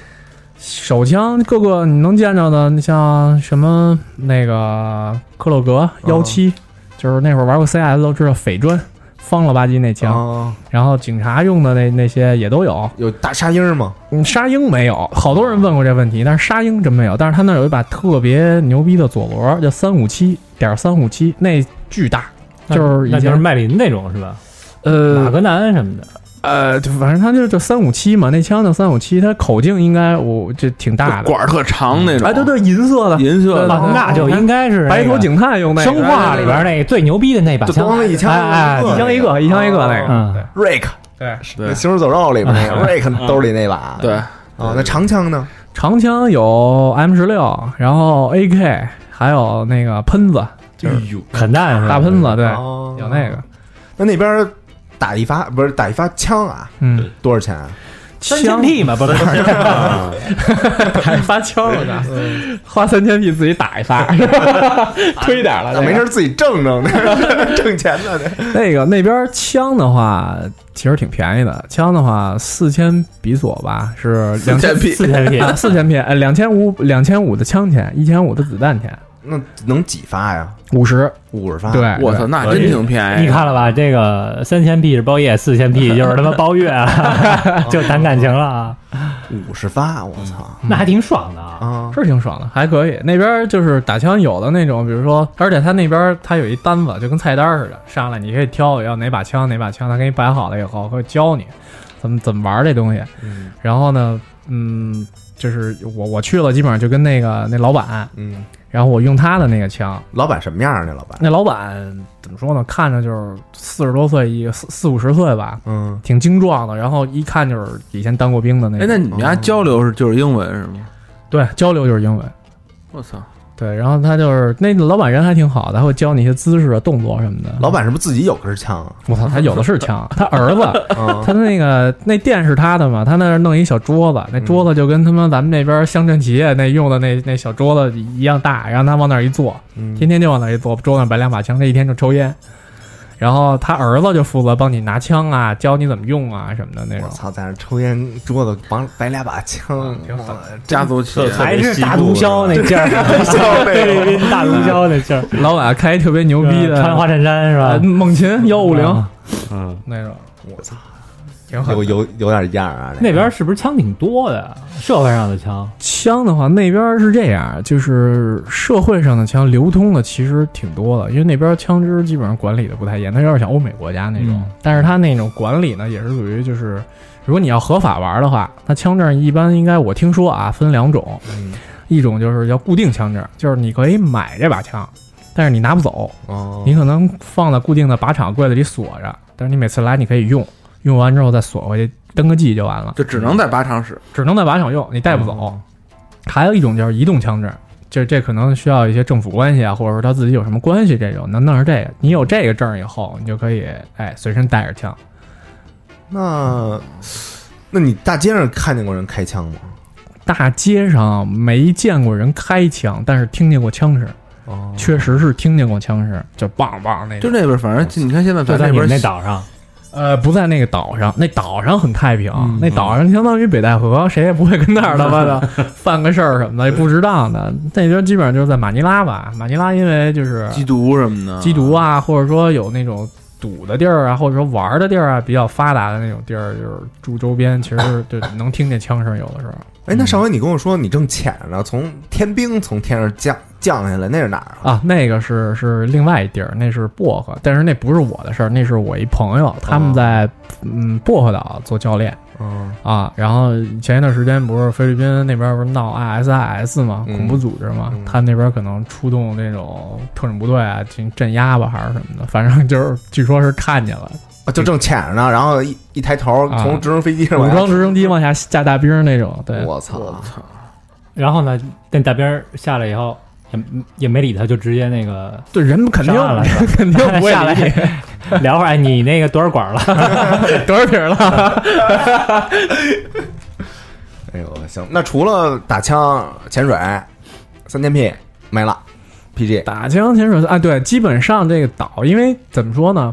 手枪各个你能见着的，你像什么那个克洛格
哦
幺七，就是那会儿玩过 CS 都知道匪砖。方了吧唧那枪，
哦
然后警察用的那那些也都有，
有大沙鹰吗？
嗯，沙鹰没有，好多人问过这问题，但是沙鹰真没有。但是他那儿有一把特别牛逼的左轮，叫三五七点三五七，那巨大，就
那
是已
就是
经
麦林那种是吧？马
呃
格南什么的，
呃，就反正它就就三五七嘛，那枪叫三五七，它口径应该我这挺大的，
管儿特长那种。
哎，对，对，银色的，
银色的
对对对
那就应该是那个
白头警探用那个
生化里边那个最牛逼的那把
就
枪，
咣了一枪
哎哎
一枪一个，一枪一个那个，
嗯，
，Rick，
对，
对
行尸走肉里面那个 Rick 兜里那把，
对
啊，那长枪呢？
长枪有 M 十六，然后 AK，还有那个喷子，
哎呦，
很淡是吧
大喷子，对，
哦
有那个，
那那边打一发不是打一发枪啊，
嗯，
多少钱啊？
三
枪
千 P 嘛，不是
还发枪了呢，花三千币自己打一 发，亏点了
那没事。儿自己挣挣， 挣钱呢。这
那个那边枪的话，其实挺便宜的，枪的话四千比索吧，是两千
四千 P，
啊，四千片，呃，两千五两千五的枪钱，一千五的子弹钱，
那能几发呀？
五十，
五十发？
对，
我操，那真挺
哎
便宜。
你，看了吧？这个三千 P 是包夜，四千 P 就是他妈包月啊，就谈感情了啊，
五十发，我操！
嗯
那还挺爽的
嗯
啊。
啊，
是挺爽的，还可以。那边就是打枪有的那种，比如说，而且他那边他有一单子，就跟菜单似的，上来你可以挑要哪把枪哪把枪，他给你摆好了以后会教你怎么怎么玩这东西。
嗯
然后呢，嗯，就是我我去了，基本上就跟那个那老板，
嗯，
然后我用他的那个枪，
老板什么样啊？那老板？
那老板怎么说呢？看着就是四十多岁，一个四四五十岁吧，
嗯，
挺精壮的，然后一看就是以前当过兵的那
哎，
种。
那你们家交流是就是英文是吗？
对，交流就是英文。
我操，
对，然后他就是那老板人还挺好的，他会教你一些姿势、啊动作什么的。
老板是不是自己有根枪 啊？
我操，他有的是枪。他儿 子，
啊
他那个那店是他的嘛，他那儿弄一小桌子，那桌子就跟他妈咱们那边乡镇企业那用的那那小桌子一样大，然后他往那儿一坐，
嗯
天天就往那儿一坐，桌上摆两把枪，他一天就抽烟。然后他儿子就负责帮你拿枪啊，教你怎么用啊什么的那
嗯我
种。
操，在那抽烟，桌子绑摆俩把枪，
挺狠的
家族企业，
还是大毒枭那劲儿， 菲律宾大毒枭那劲儿，
老板开一特别 牛逼的
穿花衬衫是
呃
吧？啊
猛禽幺五零
嗯，
那种，
我操，
挺狠
有
的。
有有点样啊！这
那边是不是枪挺多的？社会上的枪，
枪的话，那边是这样，就是社会上的枪流通的其实挺多的，因为那边枪支基本上管理的不太严，它有点像欧美国家那种，
嗯
但是它那种管理呢，也是属于就是，如果你要合法玩的话，那枪证一般应该我听说啊分两种，
嗯
一种就是叫固定枪证，就是你可以买这把枪，但是你拿不走，
哦
你可能放在固定的靶场柜子里锁着，但是你每次来你可以用，用完之后再锁回去，登个记就完了。
就只能在靶场使。
只能在靶场用，你带不走。还有一种就是移动枪支，这这可能需要一些政府关系啊，或者说他自己有什么关系这种，能弄上这个。你有这个证儿以后，你就可以哎随身带着枪。
那那你大街上看见过人开枪吗？
大街上没见过人开枪，但是听见过枪声，
哦
确实是听见过枪声，就棒棒那
就
种。
那边，反正你看现在
就
咱
在你
边
们那岛上，
呃，不在那个岛上，那岛上很太平，那岛上相当于北戴河，谁也不会跟那儿他妈的犯个事儿什么的，也不值当的。那边基本上就是在马尼拉吧，马尼拉因为就是
缉毒什么的，
缉毒啊，或者说有那种赌的地儿啊，或者说玩的地儿啊，比较发达的那种地儿，就是 住周边，其实就能听见枪声，有的时候
哎，那上回你跟我说你正潜着呢，从天兵从天上降降下来，那是哪儿啊？
啊，那个是是另外一地儿，那是薄荷，但是那不是我的事儿，那是我一朋友，他们在、嗯薄荷岛做教练
嗯
啊，然后前一段时间不是菲律宾那边不是闹 ISIS 嘛，
嗯
恐怖组织嘛，
嗯
他们那边可能出动那种特种部队啊，进镇压吧还是什么的，反正就是据说是看见了。
啊就正潜着呢，然后一一抬头，
啊
从直升飞机上
武
往下
装直升机往下架大兵那种，对，
我操！
然后呢，那大兵儿下来以后，也也没理他，就直接那 个
对人肯定
上岸了是
肯 定不会
下来
理
聊会儿，哎你那个多少管了？
你多少瓶了，
哎呦，行，那除了打枪、潜水、三天屁没了，PG
打枪潜水啊，对，基本上这个岛，因为怎么说呢，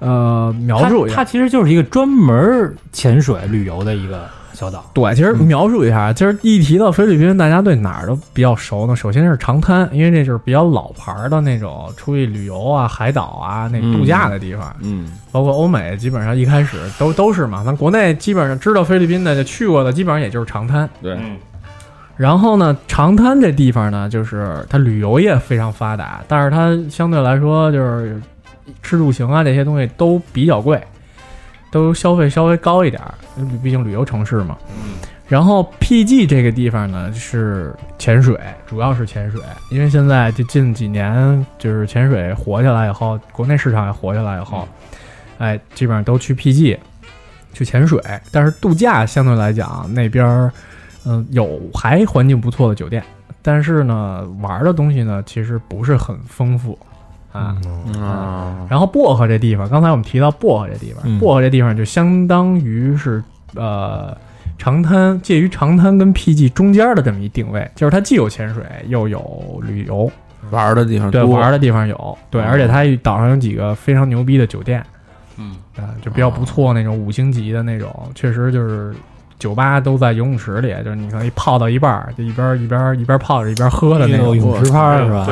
呃，描述一
它
下，
其实就是一个专门潜水旅游的一个小岛。
对，其实描述一下，其实一提到菲律宾，大家对哪儿都比较熟呢？首先是长滩，因为这就是比较老牌儿的那种出去旅游啊、海岛啊、那度假的地方，
嗯，
包括欧美，基本上一开始都都是嘛。咱国内基本上知道菲律宾的就去过的，基本上也就是长滩。
对，
嗯，
然后呢，长滩这地方呢，就是它旅游业非常发达，但是它相对来说就是吃住行啊这些东西都比较贵，都消费稍微高一点儿，毕竟旅游城市嘛。然后 PG 这个地方呢是潜水，主要是潜水，因为现在就近几年就是潜水火起来以后，国内市场也火起来以后，哎，基本上都去 PG 去潜水。但是度假相对来讲那边儿，嗯、有还环境不错的酒店，但是呢玩儿的东西呢其实不是很丰富啊。
啊，
然后薄荷这地方，刚才我们提到薄荷这地方，
嗯
薄荷这地方就相当于是呃长滩介于长滩跟 PG 中间的这么一定位，就是它既有潜水又有旅游，
玩的地方
对
多
玩的地方有，对，
哦
而且它岛上有几个非常牛逼的酒店，
嗯
啊、就比较不错那种五星级的那种，确实就是。酒吧都在游泳池里，就是你可以泡到一半儿，就一边儿一边儿一边儿泡着一边儿喝的那种。
泳池趴是吧？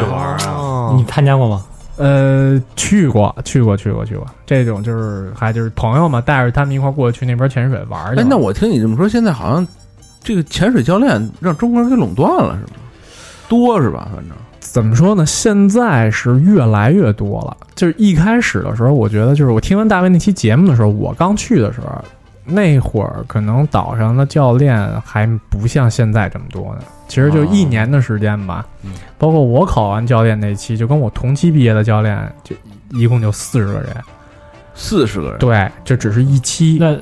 啊
你参加过吗？
呃，去过，去过，去过，去过。这种就是还就是朋友嘛，带着他们一块儿过去那边潜水玩儿去了。
哎，那我听你这么说，现在好像这个潜水教练让中国人给垄断了，是吗？多是吧？反正
怎么说呢？现在是越来越多了。就是一开始的时候，我觉得就是我听完大卫那期节目的时候，我刚去的时候，那会儿可能岛上的教练还不像现在这么多呢。其实就一年的时间吧，
嗯
包括我考完教练那期，就跟我同期毕业的教练，就一共就四十个人。
四十个人，
对，这只是一期。
那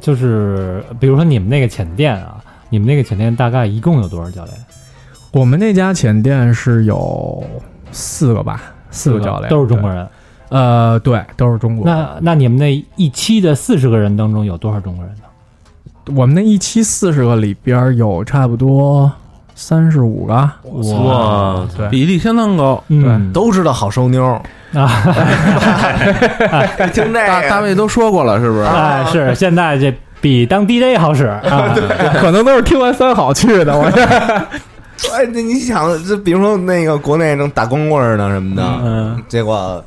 就是比如说你们那个潜店啊，你们那个潜店大概一共有多少教练？
我们那家潜店是有四个吧，四个教练
都是中国
人。
人。
呃，对，都是中国。
那那你们那一期的四十个人当中有多少中国人呢？
我们那一期四十个里边儿有差不多三十五个，
哇，
对，
比例相当高。
嗯，
都知道好收妞儿，
啊，
听这
大大
个
卫都说过了，是不是？
哎，是现在这比当 DJ 好使啊。
可能都是听完三好去的。我
哎，那你想，这比如说那个国内正打光棍儿呢什么的，
嗯，
结果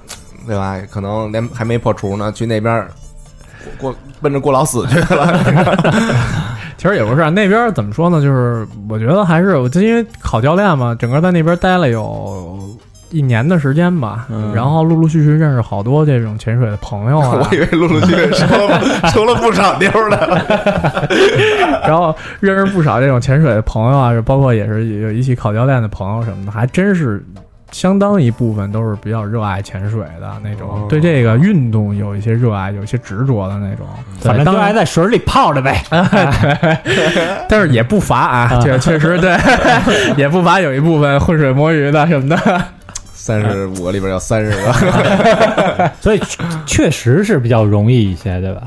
对吧？可能连还没破除呢，去那边儿过过奔着过劳死去了。
其实也不是啊，那边儿怎么说呢？就是我觉得还是我就因为考教练嘛，整个在那边待了有一年的时间吧，
嗯
然后陆陆续续认识好多这种潜水的朋友 啊
我，以为陆陆续续收了收了不少妞儿呢。
然后认识不少这种潜水的朋友啊，包括也是有一起考教练的朋友什么的，还真是相当一部分都是比较热爱潜水的那种，对这个运动有一些热爱、有一些执着的那种。
嗯反正
当
就爱在水里泡 着呗。
但是也不乏啊，这确实对， 也不乏有一部分浑水摸鱼的什么的。
三十五个里边有三十个，
所以确确实是比较容易一些，对吧？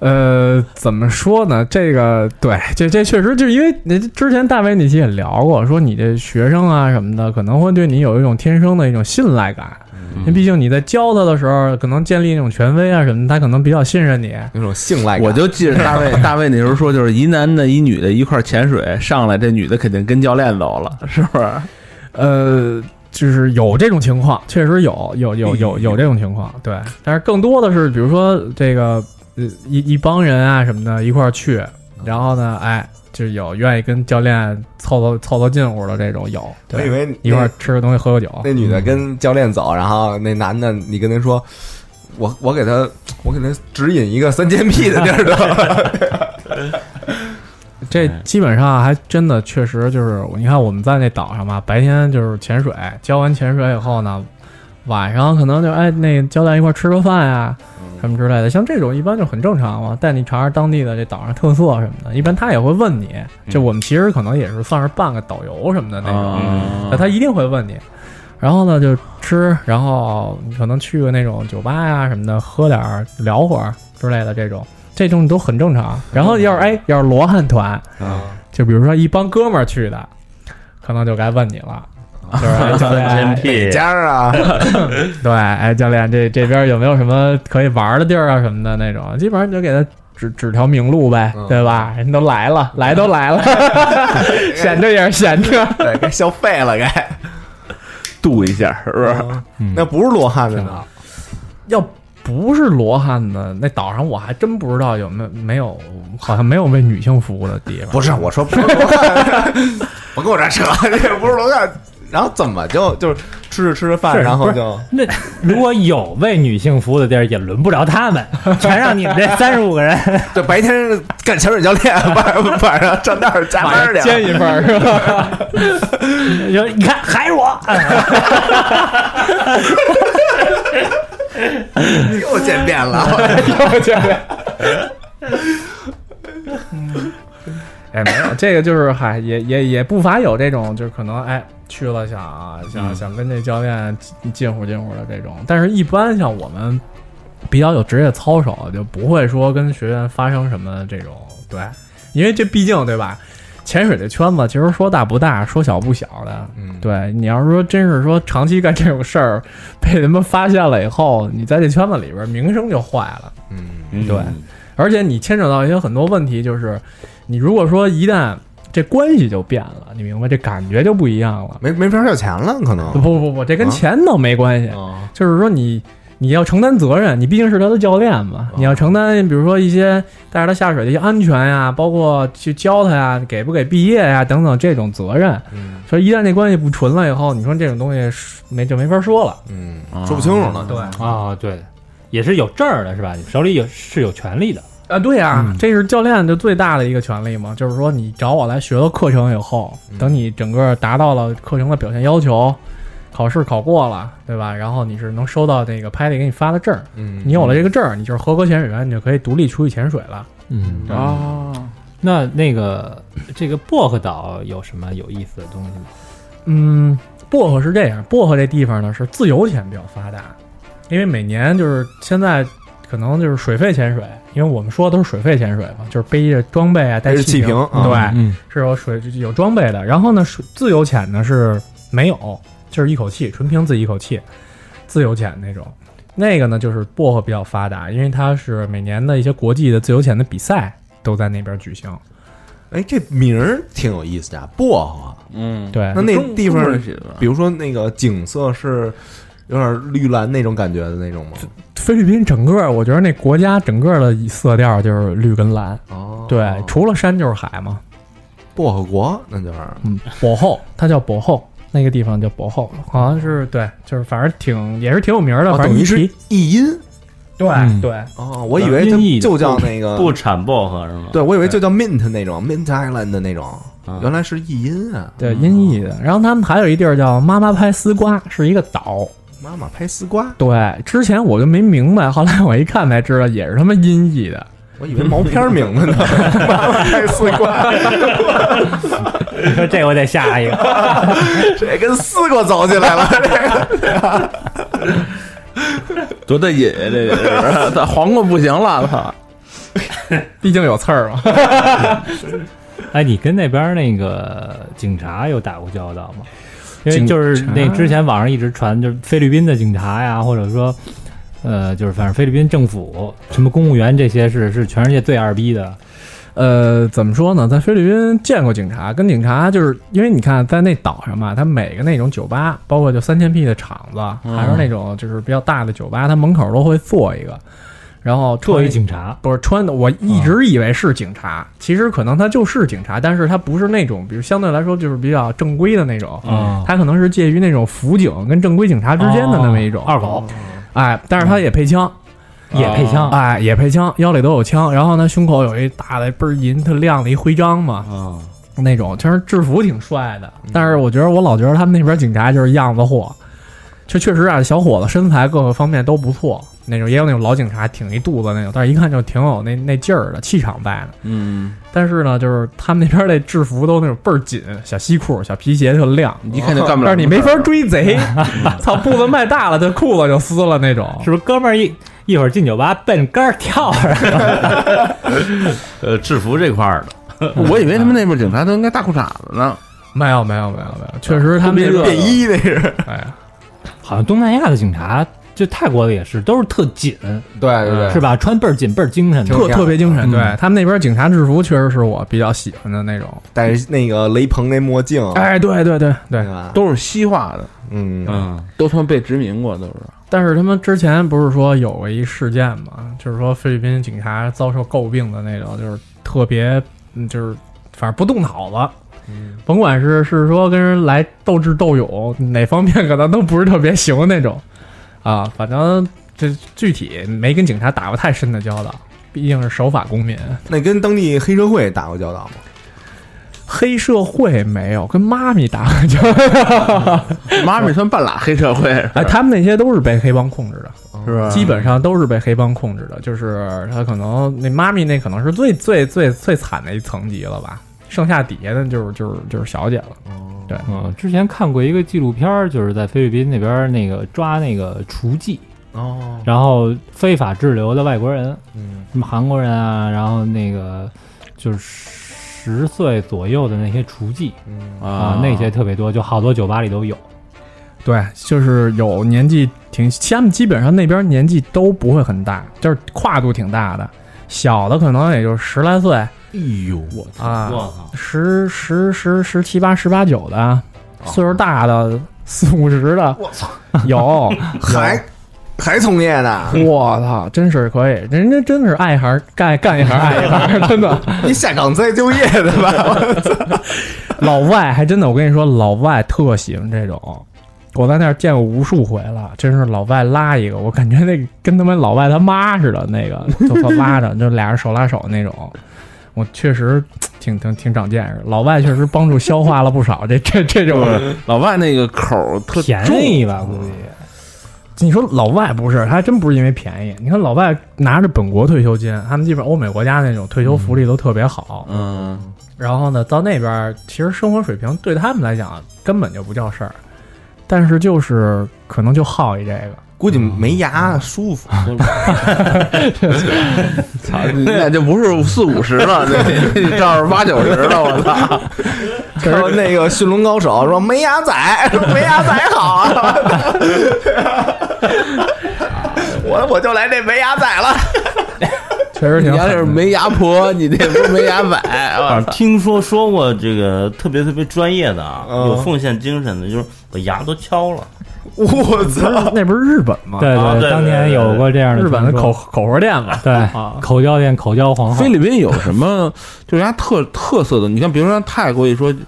呃，怎么说呢？这个对，这这确实就是因为你之前大卫那期也聊过，说你这学生啊什么的，可能会对你有一种天生的一种信赖感，
嗯
因为毕竟你在教他的时候，可能建立一种权威啊什么的，他可能比较信任你。
那种性赖感。
我就记着大卫，大卫那时候说，就是一男的、一女的一块儿潜水上来，这女的肯定跟教练走了，是不是？
呃，就是有这种情况，确实有，有有有有这种情况，对。但是更多的是，比如说这个呃一一帮人啊什么的，一块儿去，然后呢，哎，就有愿意跟教练凑凑凑凑近乎的这种有，
我以
对，
为
一块儿吃个东西，喝个酒，
那女的跟教练走，然后那男的你跟他说，我我给他我给他指引一个三千 P 的地儿 的，
这基本上还真的确实就是，你看我们在那岛上嘛，白天就是潜水，教完潜水以后呢，晚上可能就哎那教练一块儿吃个饭呀、什么之类的，像这种一般就很正常嘛。带你尝尝当地的这岛上特色什么的，一般他也会问你。这我们其实可能也是算是半个导游什么的那种，
啊
那他一定会问你。然后呢，就吃，然后你可能去个那种酒吧呀、什么的，喝点儿聊会儿之类的这种，这种都很正常。然后要是哎，要是罗汉团，就比如说一帮哥们儿去的，可能就该问你了，就是哎教练
三
哪
P
家啊？
对，哎，教练，这这边有没有什么可以玩的地儿啊什么的那种？基本上你就给他指指条明路呗，对吧？人都来了，来都来了，闲着也是闲着。
对，该消费了，该。
度一下是不是？
那嗯不是罗汉的呢，
要不是罗汉呢，那岛上我还真不知道有没有没有，好像没有为女性服务的地方。
不是我说不是罗汉，甭 跟我这扯，这不是罗汉。然后怎么就就是吃着吃着饭，
是
然后
不是
就
那如果有为女性服务的地儿，也轮不着他们，全让你们这三十五个人。
这白天干潜水教 练，晚晚上上那儿加班去了。
煎一份儿是吧？
就你看，还是我。
又见面了，
哎，没有，这个就是嗨，也也也不乏有这种，就是可能哎去了想啊想想跟这教练近乎近乎的这种，但是一般像我们比较有职业操守，就不会说跟学员发生什么这种对，因为这毕竟对吧？潜水这圈子其实说大不大，说小不小的。
嗯
对你要是说真是说长期干这种事儿，被他们发现了以后，你在这圈子里边名声就坏了。
嗯，
对，而且你牵扯到一些很多问题，就是你如果说一旦这关系就变了，你明白这感觉就不一样了。
没没法要钱了，可能
不。不不，这跟钱倒没关系，
哦
就是说你你要承担责任，你毕竟是他的教练嘛，你要承担，比如说一些带着他下水的一些安全呀，包括去教他呀，给不给毕业呀等等这种责任。
嗯
所以一旦这关系不纯了以后，你说这种东西是没就没法说了。
嗯，说不清楚了。
对
啊，对，也是有证儿的是吧？你手里有是有权利的。
啊，对呀、
嗯
这是教练的最大的一个权利嘛，就是说你找我来学了课程以后，
嗯
等你整个达到了课程的表现要求，考试考过了，对吧？然后你是能收到那个拍里给你发的证儿，
嗯，
你有了这个证儿，你就是合格潜水员，你就可以独立出去潜水了。
嗯，
啊
哦，
那那个这个薄荷岛有什么有意思的东西吗？
嗯，薄荷是这样，薄荷这地方呢是自由潜比较发达，因为每年就是现在可能就是水肺潜水，因为我们说的都是水肺潜水嘛，就是背着装备啊，带
背着气瓶啊
对，
嗯
是有水有装备的。然后呢，水自由潜呢是没有，就是一口气，纯凭自己一口气，自由潜那种。那个呢，就是薄荷比较发达，因为它是每年的一些国际的自由潜的比赛都在那边举行。
哎，这名儿挺有意思的，薄荷。
嗯，
对，
那那地方
中国人写的
比如说那个景色是有点绿蓝那种感觉的那种吗？
菲律宾整个，我觉得那国家整个的色调就是绿跟蓝，
哦，
对，除了山就是海嘛。
薄荷国那就是
嗯，博后，它叫博后，那个地方叫博后，好像是对，就是反正挺也是挺有名的，
哦，等
反正
于
一
是
提，
译音
对、
嗯
对，
哦，我以为它
音译的
就叫那个
不产薄荷是吗？
对，我以为就叫 mint 那种 mint island 的那种，
啊
原来是译音啊！
对，音译的。然后他们还有一地儿叫妈妈拍丝瓜，是一个岛。
妈妈拍丝瓜，
对，之前我就没明白，后来我一看才知道，也是他妈音译的。
我以为毛片儿名字呢。妈妈拍丝瓜，
你说这我得下一 个。
这跟丝瓜走起来了。
多带瘾啊！这个是黄瓜不行了，操！
毕竟有刺儿嘛，
哎，你跟那边那个警察有打过交道吗？因为
警
就是那
察
之前网上一直传，就是菲律宾的警察呀，或者说，呃，就是反正菲律宾政府什么公务员这些是是全世界最二逼的。
呃，怎么说呢，在菲律宾见过警察，跟警察就是因为你看在那岛上嘛，它每个那种酒吧，包括就三千 P 的厂子，还是那种就是比较大的酒吧，它门口都会做一个，然后
作
穿
为警察，
不是穿的，我一直以为是警察，其实可能他就是警察，但是他不是那种，比如相对来说就是比较正规的那种，
嗯
他可能是介于那种辅警跟正规警察之间的那么一种，
哦二狗
哎，但是他也配枪，
也配枪，
哎，也配枪，腰里都有枪，然后呢，胸口有一大的倍儿银特亮的一徽章嘛，
哦
啊，
嗯
那种，其实制服挺帅的，但是我觉得我老觉得他们那边警察就是样子货，就确实啊，小伙子身材各个方面都不错，那种也有那种老警察挺一肚子那种，但是一看就挺有那那劲儿的气场在的。
嗯，
但是呢，就是他们那边儿那制服都那种倍儿紧，小西裤、小皮鞋特亮，
一看就干不
但
了什么事儿。
是你没法追贼，操，步子迈大了，这裤子就撕了那种。
是不是哥们儿一一会儿进酒吧奔杆儿跳了？
呃，制服这块儿的，
我以为他们那边警察都应该大裤衩子呢，
没有没有没有没有，确实他们那个
便衣那是，
哎，
好像东南亚的警察，就泰国的也是，都是特紧，
对对对，
是吧？穿倍儿紧，倍儿精神的。
特特别精神。
嗯
对他们那边警察制服确实是我比较喜欢的那种。
戴那个雷朋那墨镜，
哎，对对对
对
对。
吧？
都是西化的，
嗯，
嗯，
都他妈被殖民过，都是。
但是他们之前不是说有过一事件嘛，就是说菲律宾警察遭受诟病的那种，就是特别，嗯就是反正不动脑子。甭管是是说跟人来斗智斗勇，哪方面可能都不是特别行那种，啊，反正这具体没跟警察打过太深的交道，毕竟是守法公民。
那跟当地黑社会打过交道吗？
黑社会没有，跟妈咪打过交道。
妈咪算半拉黑社会，
哎，他们那些都是被黑帮控制的，
是吧？
基本上都是被黑帮控制的。就是他可能那妈咪那可能是最最最最惨的一层级了吧，剩下底下的就是就是就是小姐了。
嗯，之前看过一个纪录片儿，就是在菲律宾那边儿那个抓那个雏妓，
哦，
然后非法滞留的外国人，
嗯，
什么韩国人啊，然后那个就是十岁左右的那些雏妓啊，那些特别多，就好多酒吧里都有。
对，就是有年纪挺，他们基本上那边年纪都不会很大，就是跨度挺大的，小的可能也就十来岁
哎呦，我
啊，
我操，
十十十十七八、十八九的，岁数大的四五十的，啊我操，有
还还从业呢？
我操，真是可以，人家真是爱一行干干一行爱一行，真的。
你下岗再就业的 吧？
老外还真的，我跟你说，老外特喜欢这种。我在那儿见过无数回了，真是老外拉一个，我感觉那跟他妈老外他妈似的，那个就算拉着，就俩人手拉手那种。我确实挺挺挺长见识，老外确实帮助消化了不少这这这种
老外那个口儿特
便
重，
宜吧，估计。
啊你说老外不是，他还真不是因为便宜。你看老外拿着本国退休金，他们基本欧美国家那种退休福利都特别好。
嗯，
然后呢，到那边儿其实生活水平对他们来讲根本就不叫事儿，但是就是可能就好一这个。
估计没牙舒 服，
操，那俩就不是四五十了，那那照是八九十了，我操！
然后那个驯龙高手说没牙仔， 没牙仔好 啊！我我就来这没牙仔了，
确实挺
你
狠
要是
的
没牙婆，你这不是没牙仔，
反正听说说过这个特别特别专业的啊，
嗯
有奉献精神的，就是把牙都敲了。
我操！
那不是日本吗？
对
啊对对
当年有过这样的
日本的
传
口
说
口活店嘛。
对
啊
口交店口交皇后
菲，律宾有什么啊 就是人家特特色的？你看，比如说泰国一说阴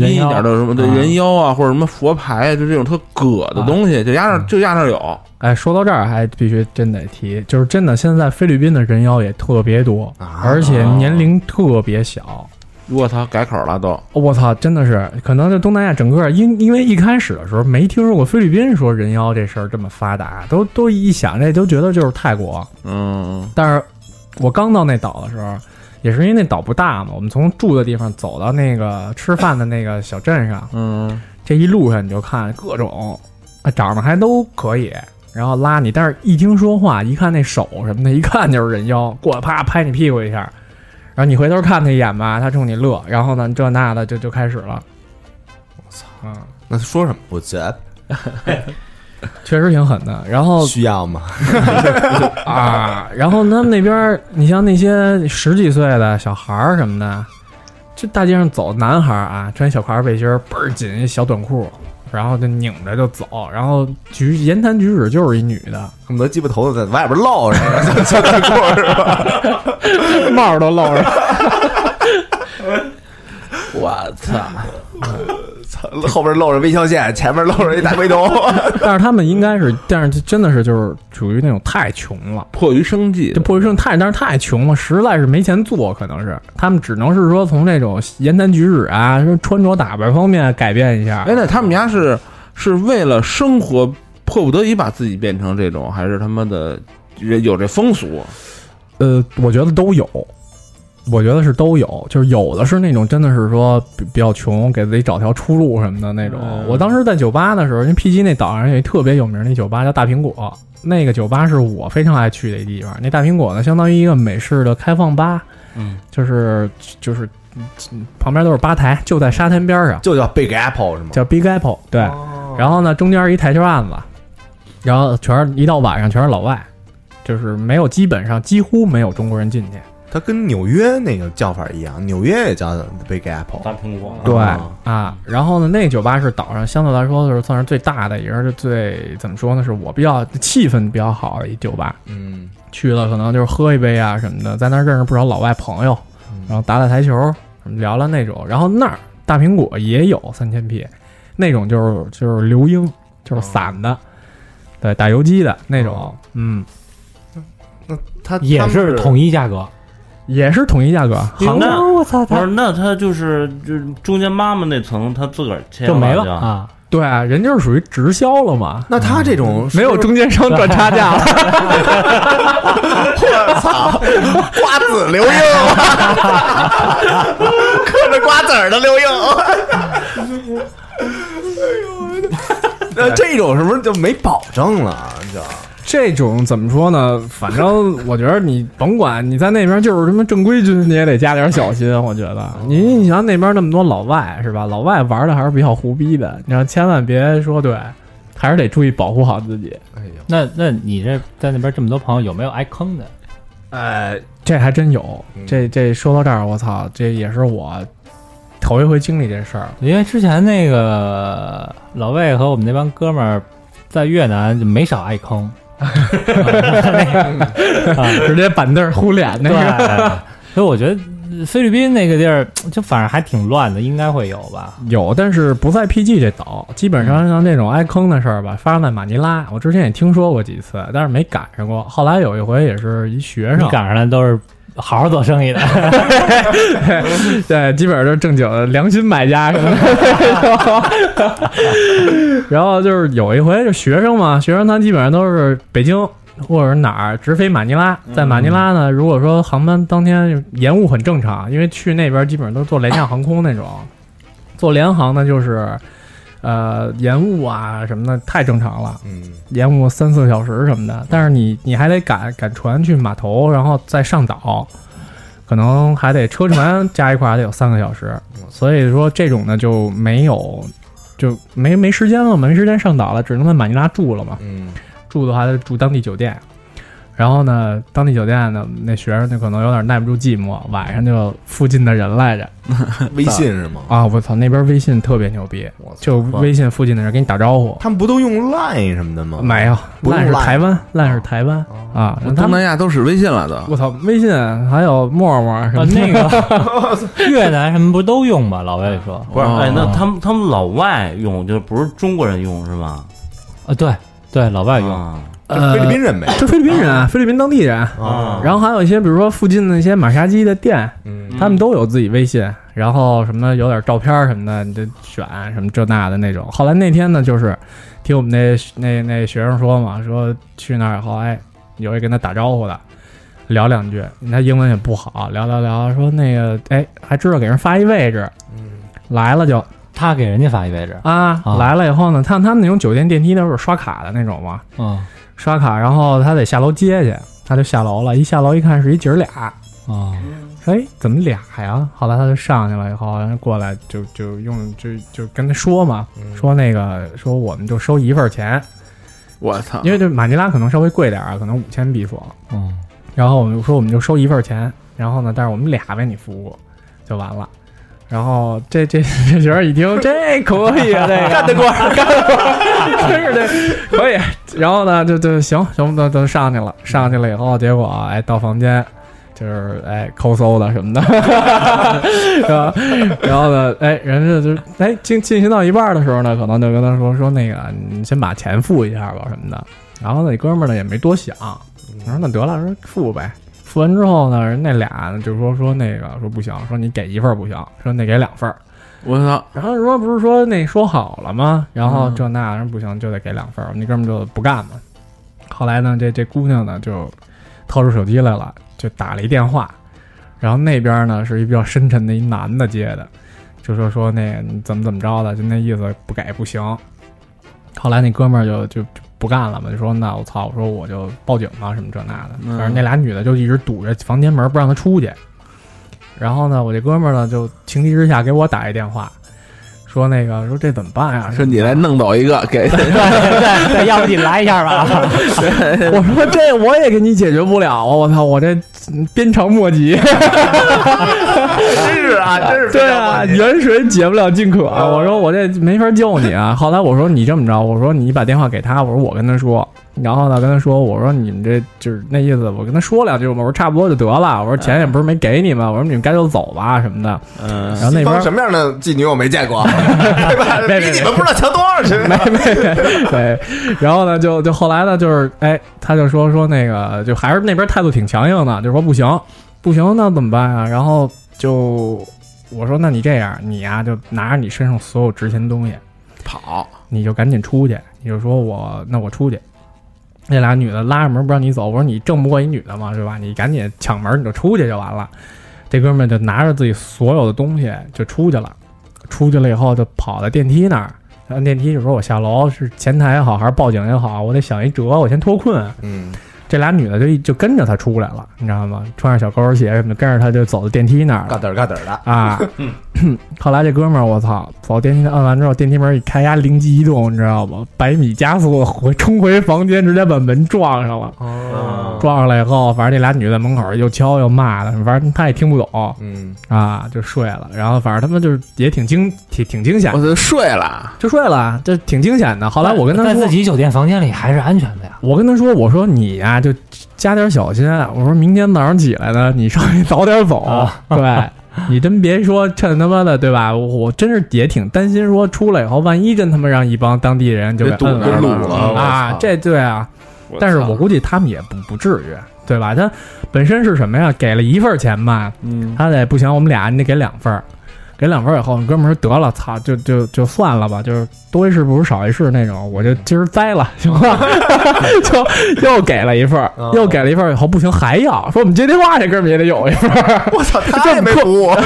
人
一
妖
点的什么对
啊
人妖啊，或者什么佛牌啊，就这种特葛的东西，就压那儿就压那儿有。
哎，说到这儿还必须真得提，就是真的现在菲律宾的人妖也特别多，
啊
而且年龄特别小。
我操，改口了都。
哦我操，真的是，可能这东南亚整个，因因为一开始的时候没听说过菲律宾说人妖这事儿这么发达，啊都都一想这都觉得就是泰国。
嗯，
但是我刚到那岛的时候，也是因为那岛不大嘛，我们从住的地方走到那个吃饭的那个小镇上，
嗯，
这一路上你就看各种，啊，长得还都可以，然后拉你，但是一听说话，一看那手什么的，一看就是人妖，过来啪拍你屁股一下，然后你回头看他一眼吧，他冲你乐，然后呢这那的就就开始了。我操，
那说什么？我觉得
嗯，确实挺狠的。然后
需要吗？
啊，然后他们那边儿，你像那些十几岁的小孩儿什么的，就大街上走，男孩儿啊，穿小跨背心儿，倍儿紧，一小短裤，然后就拧着就走，然后举言谈举止就是一女的，
恨不得鸡巴头子在外边露着，
嗯
帽儿都露着，
我操，
后边露着微笑线，前面露着一大背头。
但是他们应该是，但是这真的是就是属于那种太穷了。
迫于生计
这，破余生太，但是太穷了，实在是没钱做，可能是他们只能是说从那种言谈举止啊，说穿着打扮方面改变一下。
哎，那他们家是是为了生活迫不得已把自己变成这种，还是他妈的人有这风俗？
呃，我觉得都有，我觉得是都有，就是有的是那种真的是说比比较穷，给自己找条出路什么的那种。我当时在酒吧的时候，因为 PG 那岛上有一特别有名的酒吧叫大苹果，那个酒吧是我非常爱去的一地方。那大苹果呢，相当于一个美式的开放吧，
嗯，
就是就是嗯旁边都是吧台，就在沙滩边上。
就叫 Big Apple 是吗？
叫 Big Apple，对。然后呢，中间一台球案子，然后全是一到晚上全是老外，就是没有基本上几乎没有中国人进去。
它跟纽约那个叫法一样，纽约也叫 Big Apple。
大苹果，
对
哦
啊，然后呢，那酒吧是岛上相对来说就是算是最大的，也是最怎么说呢，是我比较气氛比较好的一酒吧。
嗯，
去了可能就是喝一杯啊什么的，在那儿认识不少老外朋友，然后打打台球，什么聊聊那种。然后那儿大苹果也有三千 P，那种就是就是流英，就是散的，对，打游击的那种，嗯，
它
也是统
一。
一价格。
也是统一价格。
行
杭州
那
哎我操，
不是，那他就是就是中间妈妈那层，他自个儿切
就没
了
了啊！
对啊，人就是属于直销了嘛，
那它这种
嗯没有中间商赚差 价了。
瓜子留英，嗑着瓜子儿的留英。 那哎这种是不是就没保证了？就
这种怎么说呢？反正我觉得你甭管你在那边就是什么正规军，你也得加点小心。我觉得你你像那边那么多老外是吧？老外玩的还是比较胡逼的，你要千万别说对，还是得注意保护好自己。
那那你这在那边这么多朋友，有没有挨坑的？
哎，
这还真有，这这说到这儿，我操，这也是我头一回经历这事儿。
因为之前那个老魏和我们那帮哥们儿在越南就没少挨坑，
直接板凳儿呼脸那
对
个，，
所以我觉得菲律宾那个地儿就反正还挺乱的，应该会有吧？
有，但是不在 PG 这岛，基本上像这种挨坑的事儿吧，发生在马尼拉。我之前也听说过几次，但是没赶上过。后来有一回也是一学
你
生，
赶上的都是好好做生意的，
对，基本上都是正经的良心买家什么的。 然后就是有一回，就学生嘛，学生他基本上都是北京或者是哪儿直飞马尼拉，在马尼拉呢，如果说航班当天延误很正常，因为去那边基本上都是坐廉价航空那种，坐联航呢就是。呃，延误啊什么的太正常了，
嗯，
延误三四个小时什么的。但是你你还得赶赶船去码头，然后再上岛，可能还得车船加一块儿还得有三个小时。所以说这种呢就没有就没没时间了，没时间上岛了，只能在马尼拉住了嘛。
嗯，
住的话就住当地酒店。然后呢，当地酒店呢，那学生就可能有点耐不住寂寞，晚上就附近的人来着
微信是吗？
啊！我操，那边微信特别牛逼，
我操
就微信附近的人给你打招呼，
他们不都用 Line 什么的吗？
没有，
不用
烂是
烂
台湾，烂是台湾啊！他
东
们
南亚都使微信了都，
我操，微信还有陌陌什
啊
么的
那个越南什么不都用吗？老
嗯
魏说，
不是，
哦
哎，那他们他们老外用，就不是中国人用是吧？
啊，对对，老
哎
外
嗯
用，
啊，
这 菲律宾人呗。
就呃菲律宾人啊，菲律宾当地人，
啊，
然后还有一些，比如说附近的一些马杀鸡的店，
嗯
他们都有自己微信，然后什么有点照片什么的，你就选什么这那的那种。后来那天呢，就是听我们那那那学生说嘛，说去那儿以后，哎，有一跟他打招呼的，聊两句，他英文也不好，聊聊聊，说那个，哎，还知道给人发一位置，
嗯
来了就
他给人家发一位置，
啊，
啊
来了以后呢，他他们那种酒店电梯都是刷卡的那种嘛，
嗯
刷卡，然后他得下楼接去，他就下楼了，一下楼一看是一姐儿俩。
啊，
哎，怎么俩呀？后来他就上去了，以后然后过来就就用就就跟他说嘛，说那个说我们就收一份钱，
我操！
因为这马尼拉可能稍微贵点儿啊，可能五千比索。
嗯，
然后我们就说我们就收一份钱，然后呢，但是我们俩为你服务就完了。然后这这这学生一听，这可以啊，这个 干得过，干得过，真 是这可以。然后呢，就就行行，都都上去了，上去了以后，结果哎到房间。就是哎，抠搜的什么的， 然后然后呢，哎，人家就哎进进行到一半的时候呢，可能就跟他说说那个，你先把钱付一下吧什么的。然后那哥们儿呢也没多想，我说那得了，说付呗。付完之后呢，人那俩呢就说说那个说不行，说你给一份儿不行，说那给两份儿。
我操，
然后说不是说那说好了吗？然后这那人不行，就得给两份儿。我们那哥们就不干嘛。后来呢，这这姑娘呢就掏出手机来了，就打了一电话。然后那边呢是一比较深沉的一男的接的，就说说那你怎么怎么着的，就那意思不给不行。后来那哥们儿就就就不干了嘛，就说那我操，我说我就报警吧，什么这那的。
嗯
反正那俩女的就一直堵着房间门不让他出去。然后呢，我这哥们儿呢就情急之下给我打一电话，说那个说这怎么 办呀？
说你来弄走一个 给，
对对对，要不你来一下吧。我说这我也给你解决不了啊！我操， 我这嗯鞭长莫及。
真是 啊，真是
对啊，远水解不了近渴啊。
哦
我说我这没法救你啊。 后来我说你这么着，我说你把电话给他，我说我跟他说，然后呢跟他说，我说你们这就是那意思，我跟他说两句嘛，我说差不多就得了，我说钱也不是没给你们，我说你们该走走吧什么的。
嗯，
然后那
西方
边
什么样的妓女我没见 过，对吧？
别别
比你们不知道强多少去。
没没没，对，然后呢，就就后来呢，就是哎，他就说说那个，就还是那边态度挺强硬的，就说不行，不行，那怎么办啊？然后就我说，那你这样，你呀、就拿着你身上所有值钱东西跑，你就赶紧出去，你就说我那我出去。那俩女的拉着门不让你走，我说你挣不过一女的嘛，是吧？你赶紧抢门，你就出去就完了。这哥们儿就拿着自己所有的东西就出去了，出去了以后就跑到电梯那儿，然后电梯就说我下楼是前台也好还是报警也好，我得想一辙，我先脱困。
嗯，
这俩女的就一就跟着他出来了，你知道吗？穿上小高跟鞋什么的，跟着他就走到电梯那儿了。
嘎噔儿嘎噔儿的，
啊。后来这哥们儿，我操，走电梯按完之后，电梯门一开，丫灵机一动，你知道吗？百米加速回冲回房间，直接把门撞上了。
哦
撞上了以后，反正那俩女的在门口又敲又骂的，反正他也听不懂
嗯，
啊，就睡了。然后反正他们就是也挺惊，挺挺惊险
我，就睡了，
就睡了，这挺惊险的。后来我跟他
在
说
自，己酒店房间里还是安全的 呀。
我跟他说，我说你呀、就加点小心。啊我说明天早上起来呢，你稍微 早点走。
啊
对，你真别说趁他妈的，对吧？我我真是也挺担心，说出来以后，万一真他妈让一帮当地人就给
这堵
摁
着
了
路
了
了，
啊，这对啊。但是我估计他们也不不至于，对吧？他本身是什么呀？给了一份钱吧，
嗯，
他得不行，我们俩你得给两份儿，给两份儿以后，哥们儿说得了，操，就就就算了吧，就是多一事不如少一事那种，我就今儿栽了，行吧？ 就又给了一份儿，又给了一份儿以后不行还要，说我们接电话这哥们儿也得有一份儿，
我操，他也没服我，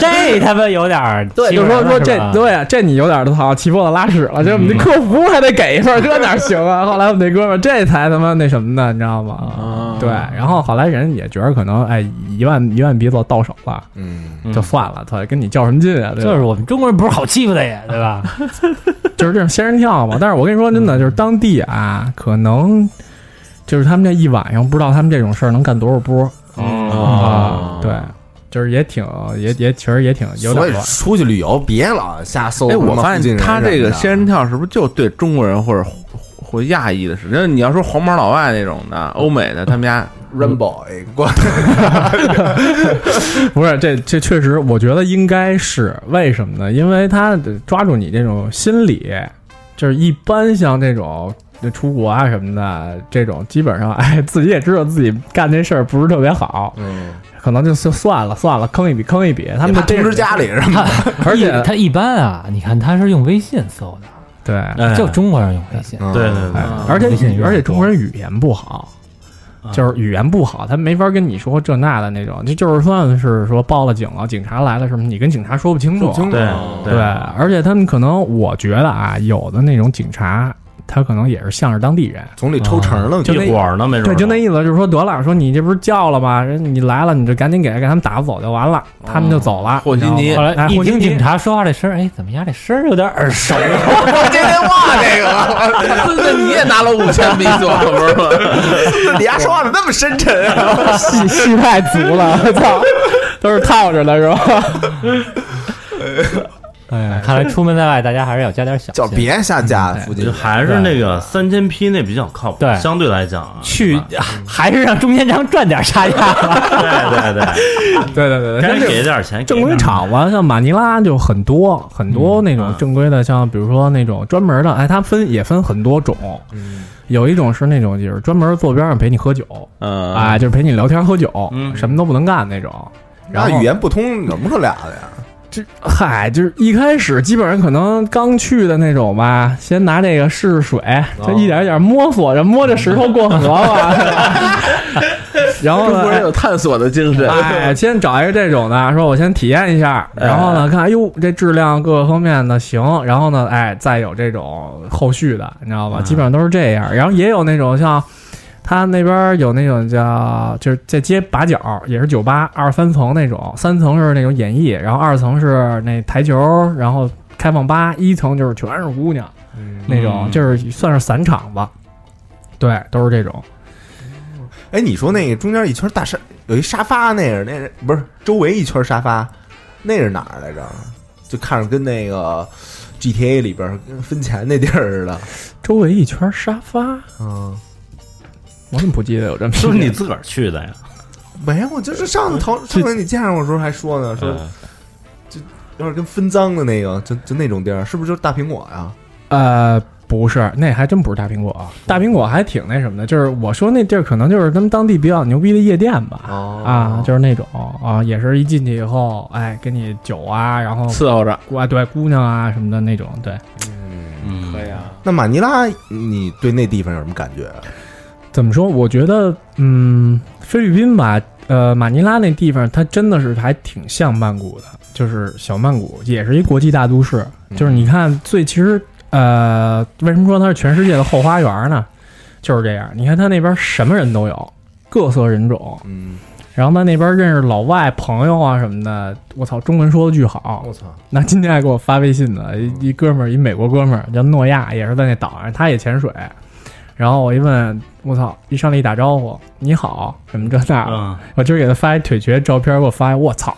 这他妈有点儿
对
欺
就
负人
说
了
说
是
这
吧 嗯
对啊这你有点儿操骑破了拉屎了，这我们那客服还得给一份儿，这哪行啊？ 后来我们那哥们儿这才他妈那什么呢，你知道吗？
啊
对，然后后来人也觉得可能哎一万一万别做到手了，
嗯，
就算了，操，跟你较什么劲啊？对吧
就是我们中国人不是好欺负的呀，对吧？
就是这种仙人跳嘛。但是我跟你说，真
嗯
的就是当地啊，可能就是他们这一晚上，不知道他们这种事儿能干多少波啊。对，就是也挺也也其实也挺有
所以
点乱。
出去旅游别老瞎搜。
哎，我发现他这个仙
先，
人跳是不是就对中国人或者或亚裔的是？那你要说黄毛老外那种的，欧美的，他们家
Rainbow 哎过
不是这这确实，我觉得应该是为什么呢？因为他抓住你这种心理，就是一般像这种。出国啊什么的，这种基本上，哎，自己也知道自己干这事儿不是特别好，
嗯，
可能就就算了算了，坑一笔坑一笔。他
他
们就
们通知家里是吧？
而且
一他一般啊，你看他是用微信搜的，
对，
哎
就中国人用微信。
嗯
对对对，
而且
微信
语
越
而且
多
中国人语言不好，就是语言不好，他没法跟你说这那的那种，就就是算是说报了警了，警察来了什么，你跟警察说不清楚。
对
对，而且他们可能我觉得啊，有的那种警察，他可能也是向着当地人。
总得抽成了，
一伙儿呢，没准
对，
儿
就那意思，就是说得了，说你这不是叫了吗？人你来了，你就赶紧给给他们打发走就完了，他们就走了。
和稀泥
后来
哎
一
混
听
进去
警察说话这声儿，哎，怎么呀？这声儿有点耳熟。
接电话这个，
那你也拿了五千比索，不是 吗？
你丫说话怎么那么深沉啊？
戏戏太足了，我操，都是套着的是吧？
哎呀， 看来出门在外，大家还是要加点小
就
心。
别下架附近
就，还是那个三千匹那比较靠谱，
对
相对来讲 啊，
去，还是让中间商赚点差价吧。
对对对，
对对对
该给点钱，
正规厂子，像马尼拉就很多很多那种正规的，像比如说那种专门的，哎，它分也分很多种，有一种是那种就是专门坐边上陪你喝酒，
嗯
哎，就是陪你聊天喝酒，
嗯
什么都不能干那种。然
然
后
后语言不通，怎么可俩的呀？
就嗨，就是一开始基本上可能刚去的那种吧，先拿这个试试水，就一点一点摸索着摸着石头过河嘛。 然后
中国人
呢，
有探索的精神，
哎，先找一个这种的，说我先体验一下，然后呢，看，哎呦，这质量各个方面的行，然后呢，哎，再有这种后续的，你知道吧？基本上都是这样。然后也有那种像他那边有那种叫就是在街把角，也是酒吧，二三层那种，三层是那种演艺，然后二层是那台球，然后开放吧，一层就是全是姑娘那
嗯
种，就是算是散场吧。对，都是这种。
哎，你说那个中间一圈大沙，有一沙发，那是那是不是周围一圈沙发，那是哪儿来着？就看着跟那个 GTA 里边跟分钱那地儿似的。
周围一圈沙发，
嗯，
我怎么不记得有这么一个？
是不是你自个儿去 的呀？
没有，我就是上次头上回你见着我的时候还说呢，说
嗯
有点跟分赃的那个，就就那种地儿，是不是就是大苹果呀、
呃，不是，那还真不是大苹果，大苹果还挺那什么的。就是我说那地儿可能就是他们当地比较牛逼的夜店吧，
哦
啊，就是那种啊，也是一进去以后，哎，给你酒啊，然后
伺候着。
啊，对姑娘啊什么的那种，对，
嗯，
以啊，
那马尼拉，你对那地方有什么感觉？
怎么说？我觉得，嗯，菲律宾吧，呃，马尼拉那地方，它真的是还挺像曼谷的，就是小曼谷，也是一国际大都市。就是你看，最其实，呃，为什么说它是全世界的后花园呢？就是这样，你看它那边什么人都有，各色人种。
嗯，
然后他那边认识老外朋友啊什么的，我操，中文说的巨好，
我操，
那今天还给我发微信呢，一一哥们儿，一美国哥们儿叫诺亚，也是在那岛上，他也潜水。然后我一问，我操，一上来一打招呼，你好，什么这那的，
啊，
我今儿给他发一腿瘸照片，给我发一我操，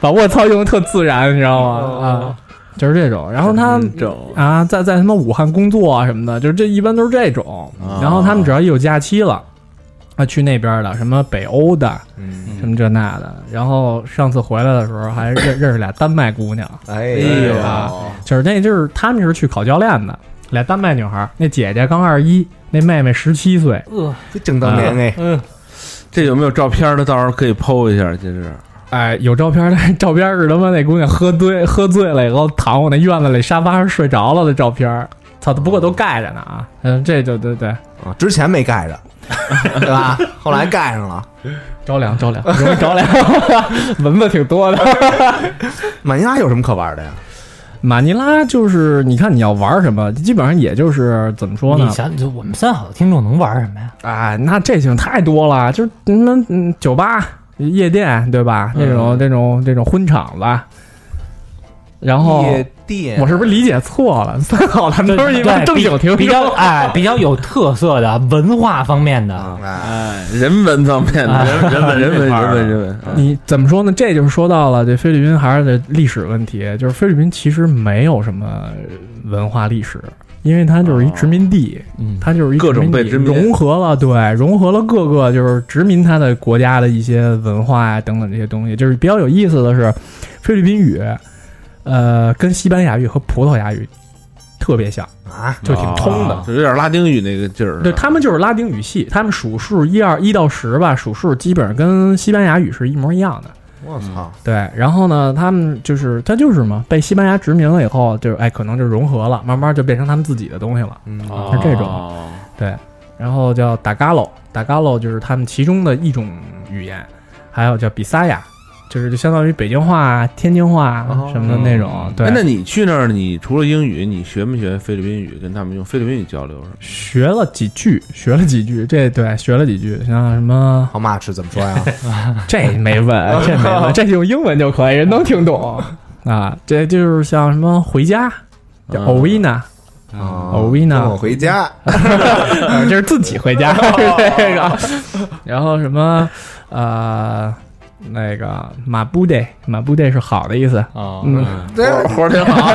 把我操用的特自然，你知道吗？啊，就是这种。然后他
种
啊，在在他妈武汉工作啊什么的，就是这一般都是这种。然后他们只要一有假期了，啊，去那边的什么北欧的，
嗯，
什么这那的。然后上次回来的时候还认认识俩丹麦姑娘，啊
哎
呦
呀，
就是那就是他们是去考教练的，俩丹麦女孩，那姐姐刚二一，那妹妹十七岁。
这正当年哎，
这有没有照片的？到时候可以剖一下，就是
哎，有照片，但是 照片是他妈那姑娘喝醉喝醉了以后躺我那院子里沙发上睡着了的照片。操，不过都盖着呢啊。嗯，这就对对，
啊之前没盖 着，对吧？后来盖上了。
着凉着凉，容易着凉， 蚊子挺多的。
马尼拉有什么可玩的呀？
马尼拉就是，你看你要玩什么，基本上也就是怎么说呢？
你想，就我们三好的听众能玩什么呀？
啊，那这就太多了，就是那嗯，酒吧、夜店，对吧？
嗯
那种、这种、这种婚场子。然后
夜店，
哦我是不是理解错了？三好咱们都是一般
对
正经听
比比较哎比较有特色的文化方面的，
哎
哎，人文方面
哎
的，人人文人 文人文人文。
你怎么说呢？这就是说到了这菲律宾还是这历史问题，就是菲律宾其实没有什么文化历史，因为它
哦
就是一殖民地，
嗯
它就是一
各种被
殖
殖
民
民
地融合了，对，融合了各个就是殖民它的国家的一些文化呀、等等这些东西。就是比较有意思的是，菲律宾语，呃，跟西班牙语和葡萄牙语特别像，
啊，
就挺通的。
啊就有点拉丁语那个劲儿。
对他们就是拉丁语系，他们数数一二一到十吧，数数基本上跟西班牙语是一模一样的。
我操，
对，然后呢，他们就是他就是嘛，被西班牙殖民了以后，就是哎，可能就融合了，慢慢就变成他们自己的东西了。
嗯，
哦
是这种，对，然后叫达嘎喽，达嘎喽就是他们其中的一种语言，还有叫比萨亚，就是就相当于北京话啊、天津话啊什么的那种。对，
哦哎，那你去那儿，你除了英语，你学没学菲律宾语？跟他们用菲律宾语交流是吗？
学了几句，学了几句，这对学了几句，像什么
好马是怎么说呀？
这没问，这没问，这用英文就可以，人能听懂啊。这就是像什么回家，叫
嗯
Ovina。
哦
欧维娜
跟我回家，
啊这是自己回家
哦
这个，然后什么呃，那个马布代，马布代是好的意思，
啊
嗯，
对，
活儿挺好，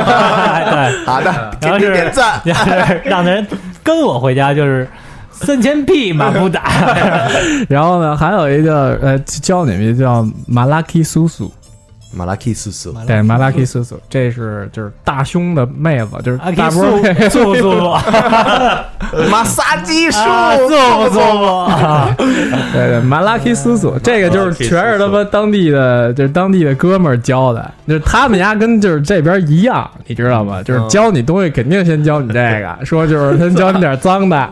对，
好的，给
然后
你
是
点赞。
就是让人跟我回家就是三千匹马不打，
然后呢，还有一个呃，教你们一个叫马拉基苏苏，
马拉基斯斯，
对，马拉基斯苏，这是就是大胸的妹子，就是
啊，可
大
以
波
速
妹，
速速速，
马萨基术，
啊速速速，
对对，马拉基斯
嗯
苏，这个就是全是他妈当地的，就是当地的哥们儿教的，就是他们家跟就是这边一样，你知道吗？就是
嗯
教你东西肯定先教你这个，说就是先教你点脏的，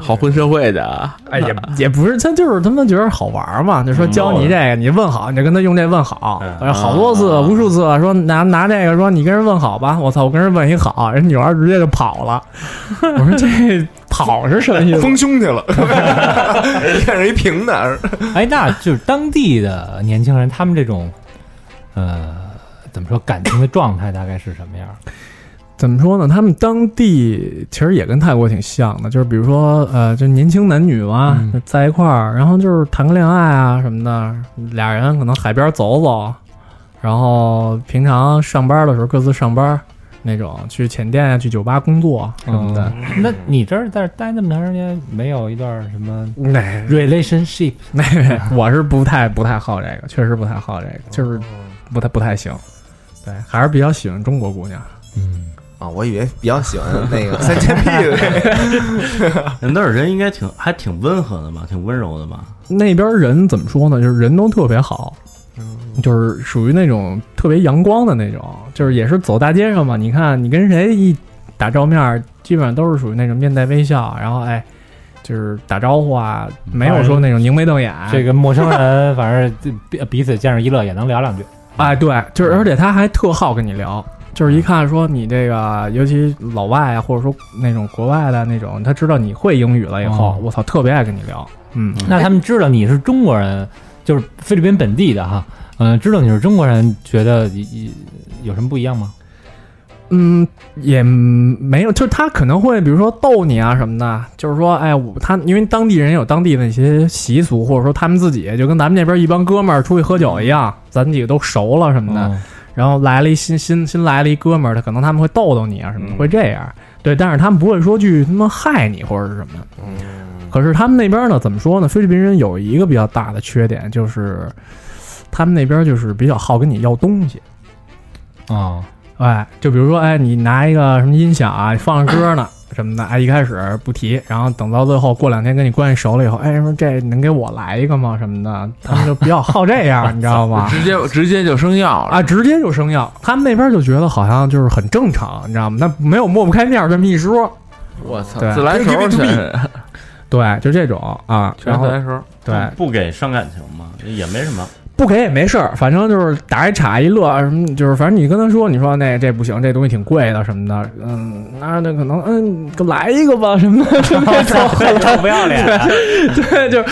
好混社会的啊，
哎，也也不是，他就是他们觉得好玩儿嘛，就说教你这个，你问好，你就跟他用这问好，反正好多次、无数次了，说拿拿这个，说你跟人问好吧，我操，我跟人问一好，人女孩直接就跑了， 我说这跑是什么意思？
丰胸去了，看人一平的，
哎，那就是当地的年轻人，他们这种，呃，怎么说感情的状态大概是什么样？
怎么说呢？他们当地其实也跟泰国挺像的，就是比如说，呃，就年轻男女嘛，
嗯
在一块儿，然后就是谈个恋爱啊什么的，俩人可能海边走走，然后平常上班的时候各自上班那种，去浅店啊，去酒吧工作什么的。
嗯那你这儿在这儿待那么长时间，没有一段什么
那
嗯 relationship？
那 我是不太不太好这个，确实不太好这个，就是不太不太行。对，还是比较喜欢中国姑娘。
嗯，
啊，我以为比较喜欢那个三千 P 的，
那儿人应该挺还挺温和的吧，挺温柔的吧？
那边人怎么说呢？就是人都特别好，
嗯
就是属于那种特别阳光的那种，就是也是走大街上嘛。你看你跟谁一打照面儿，基本上都是属于那种面带微笑，然后哎，就是打招呼啊，没有说那种凝眉瞪眼。
嗯这个陌生人，反正这彼彼此见着一乐也能聊两句。
哎，对，就是而且他还特好跟你聊。就是一看说你这个，尤其老外啊，或者说那种国外的那种，他知道你会英语了以后
哦，
我操，特别爱跟你聊。嗯，
那他们知道你是中国人，就是菲律宾本地的哈，嗯、知道你是中国人，觉得一一有什么不一样吗？
嗯，也没有，就是他可能会比如说逗你啊什么的，就是说，哎，我他因为当地人有当地的一些习俗，或者说他们自己就跟咱们这边一帮哥们儿出去喝酒一样，咱们几个都熟了什么的，
嗯
然后来了一新新新来了一哥们儿，他可能他们会逗逗你啊什么的，会这样。对，但是他们不会说去他妈害你或者是什么。可是他们那边呢，怎么说呢？菲律宾人有一个比较大的缺点，就是他们那边就是比较好跟你要东西。
哦，
哎，就比如说，哎，你拿一个什么音响啊，放着歌呢什么的，哎，一开始不提，然后等到最后过两天跟你关系熟了以后，哎，说这能给我来一个吗？什么的，他们就比较好这样，你知道吗？
直接直接就生药了
啊，直接就生药，他们那边就觉得好像就是很正常，你知道吗？那没有抹不开面儿这么一说，
我操
对，
自来熟
Give
全
it to me
是
对，就这种啊，
全
然
是自
后
来熟，
对，
不给伤感情嘛，也没什么。
不给也没事儿，反正就是打一岔一乐啊什么，就是反正你跟他说，你说那这不行，这东西挺贵的什么的，嗯，那那可能嗯来一个吧什么的， 就那种
臭不要
嗯
脸，
对， 就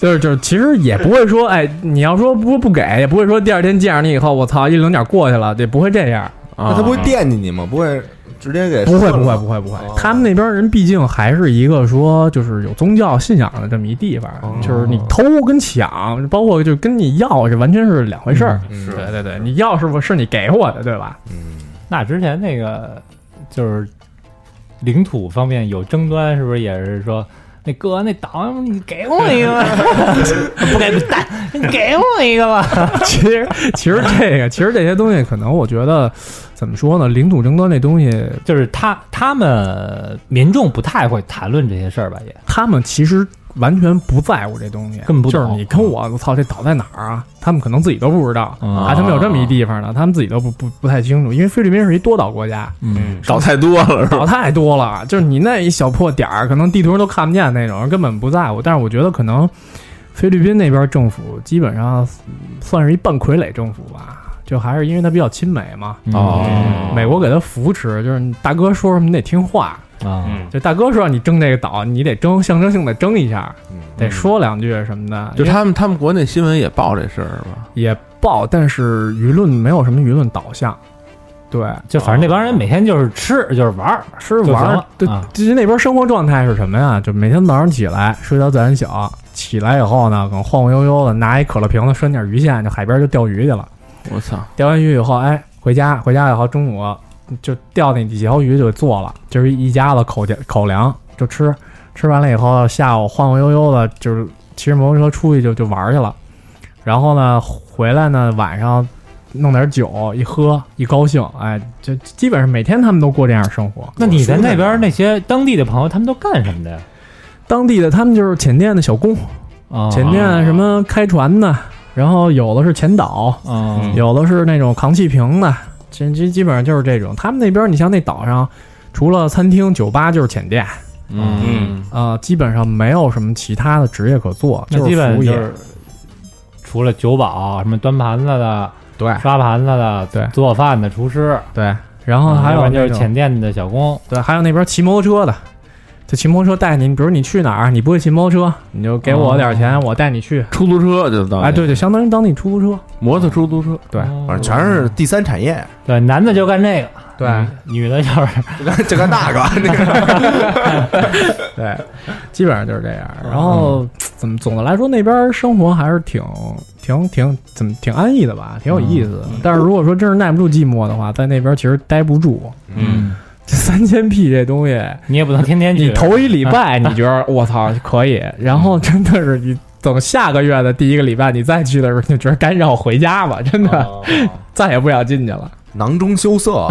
就是就是，其实也不会说，哎，你要说不不给，也不会说第二天见着你以后，我操，一零点过去了，对，不会这样，
那
那
他不会惦记你吗？不会直接给
不会
说了
不
吗
会不会不会，他们那边人毕竟还是一个说就是有宗教信仰的这么一地方，就是你偷跟抢，包括就跟你要这完全是两回事儿。
嗯
对对对，你要是不是你给我的，对吧？
那之前那个就是领土方面有争端，是不是也是说？那哥，那岛你给我一 个吧，不给不蛋，你给我一个吧。
其实其实这个其实这些东西，可能我觉得怎么说呢，领土争端这东西，
就是他他们民众不太会谈论这些事儿吧？也
他们其实完全不在乎这东西，
根本不
就是
懂
你跟我，我操，这岛在哪儿啊？他们可能自己都不知道，
啊
啊，他们有这么一地方呢，他们自己都不不不太清楚，因为菲律宾是一多岛国家，
嗯，
倒太多了是吧？
岛太多了，就是你那一小破点儿，可能地图上都看不见那种，根本不在乎。但是我觉得可能菲律宾那边政府基本上算是一半傀儡政府吧，就还是因为它比较亲美嘛，
嗯
哦
美国给他扶持，就是你大哥说什么你得听话，
啊，
就大哥说让你争这个岛，你得争，象征性的争一下，
嗯
得说两句什么的，
就
因为
他们他们国内新闻也报这事儿是吧？
也爆，但是舆论没有什么舆论导向。对，
就反正那帮人每天就是吃，就是玩儿，
吃
就
啊玩
行
儿
了，
对
啊，
就是那边生活状态是什么呀？就每天早上起来睡到自然醒，起来以后呢，可能晃晃悠悠的，拿一可乐瓶子拴点鱼线，就海边就钓鱼去了。
我操，
钓完鱼以后，哎，回家，回家以后中午就钓那几条鱼就做了，就是一家子口口粮就吃，吃完了以后下午晃晃悠悠的，就是骑着摩托车出去就就玩去了，然后呢回来呢，晚上弄点酒一喝一高兴，哎，就基本上每天他们都过这样生活。
那你在那边那些当地的朋友，他们都干什么的呀？
当地的他们就是潜店的小工，
啊，
潜店什么开船的，然后有的是潜岛，
啊，
有的是那种扛气瓶的，这这基本上就是这种。他们那边你像那岛上，除了餐厅、酒吧就是潜店，
嗯，
呃，基本上没有什么其他的职业可做，
那
就
基
是
本
服务
就
业。
是除了酒保、什么端盘子的、
对
刷盘子的、
对
做饭的厨师，
对，然后
啊
还
要不
有
然就
那
是
种
浅店的小工，
对，还有那边骑摩托车的，就骑摩托车带你，比如你去哪儿，你不会骑摩托车，你就给
哦
我点儿钱，我带你去。
出租车就到，
哎，，对，就相当于当地出租车。
摩托出租车，
对
哦
反正全是第三产业，
对，男的就干这个，嗯
对
女的就是
就干就干那个那个。
对，基本上就是这样。然
嗯
后怎么总的来说，那边生活还是挺挺挺怎么挺安逸的吧，挺有意思的。但是如果说真是耐不住寂寞的话，在那边其实待不住。
嗯，
这三千 P 这东西，
你也不能天天去。
哎你啊嗯头一礼拜你觉得我操可以，然后真的是你等下个月的第一个礼拜你再去的时候，你就觉得该让我回家吧，真的
哦
再也不想进 去了。
囊中羞涩，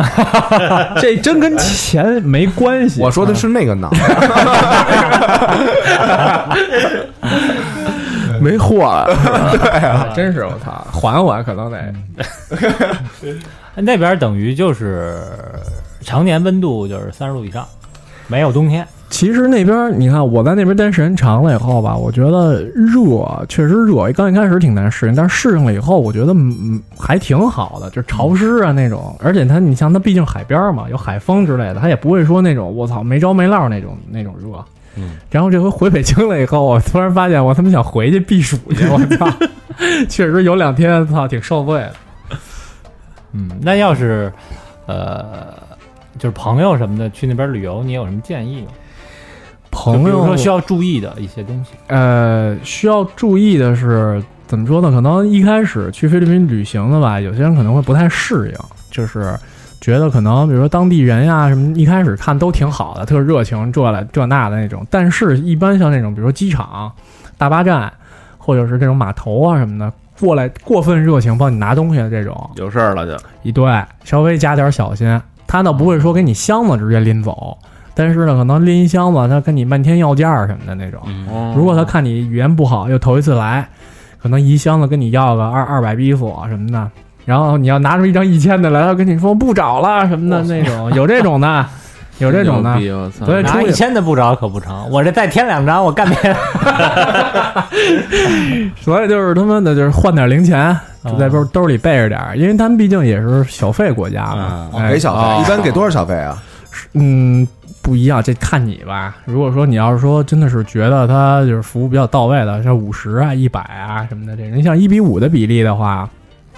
这真跟钱没关系。啊
我说的是那个囊，
没货了，
啊真是我操，还我可能得
那边等于就是常年温度就是三十度以上，没有冬天。
其实那边儿你看，我在那边待时间长了以后吧，我觉得热确实热，刚一开始挺难适应，但是适应了以后，我觉得嗯还挺好的，就是潮湿啊那种。而且它，你像它毕竟海边儿嘛，有海风之类的，它也不会说那种我操没着没落那种那 种热。
嗯。
然后这回回北京了以后，我突然发现我他妈想回去避暑去，我 操，确实有两天操挺受罪的。
嗯，那要是呃，就是朋友什么的去那边旅游，你有什么建议吗？就
朋
比如
友
说需要注意的一些东西。
呃，需要注意的是，怎么说呢？可能一开始去菲律宾旅行的吧，有些人可能会不太适应，就是觉得可能比如说当地人呀什么，一开始看都挺好的，特热情，这来这那的那种。但是，一般像那种比如说机场、大巴站，或者是这种码头啊什么的，过来过分热情帮你拿东西的这种，
有事儿了就，
一对，稍微加点小心。他倒不会说给你箱子直接拎走，但是呢，可能拎一箱子，他跟你漫天要价什么的那种。
哦
如果他看你语言不好，又头一次来，可能一箱子跟你要个二二百比索什么的，然后你要拿出一张一千的来，他跟你说不找了什么的那种，有这种的，有这种的
牛。逼，我操，
所以出
拿一
去
千的不着可不成，我这再添两张， 我干别的。
所以就是他妈的，就是换点零钱，就
哦
在兜兜里备着点儿，因为他们毕竟也是小费国
嗯
家嘛，哎
给小
哦
费，一般给多少小费啊？
嗯，不一样，这看你吧。如果说你要是说真的是觉得他就是服务比较到位的，像五十啊、一百啊什么的这种，你像一比五的比例的话，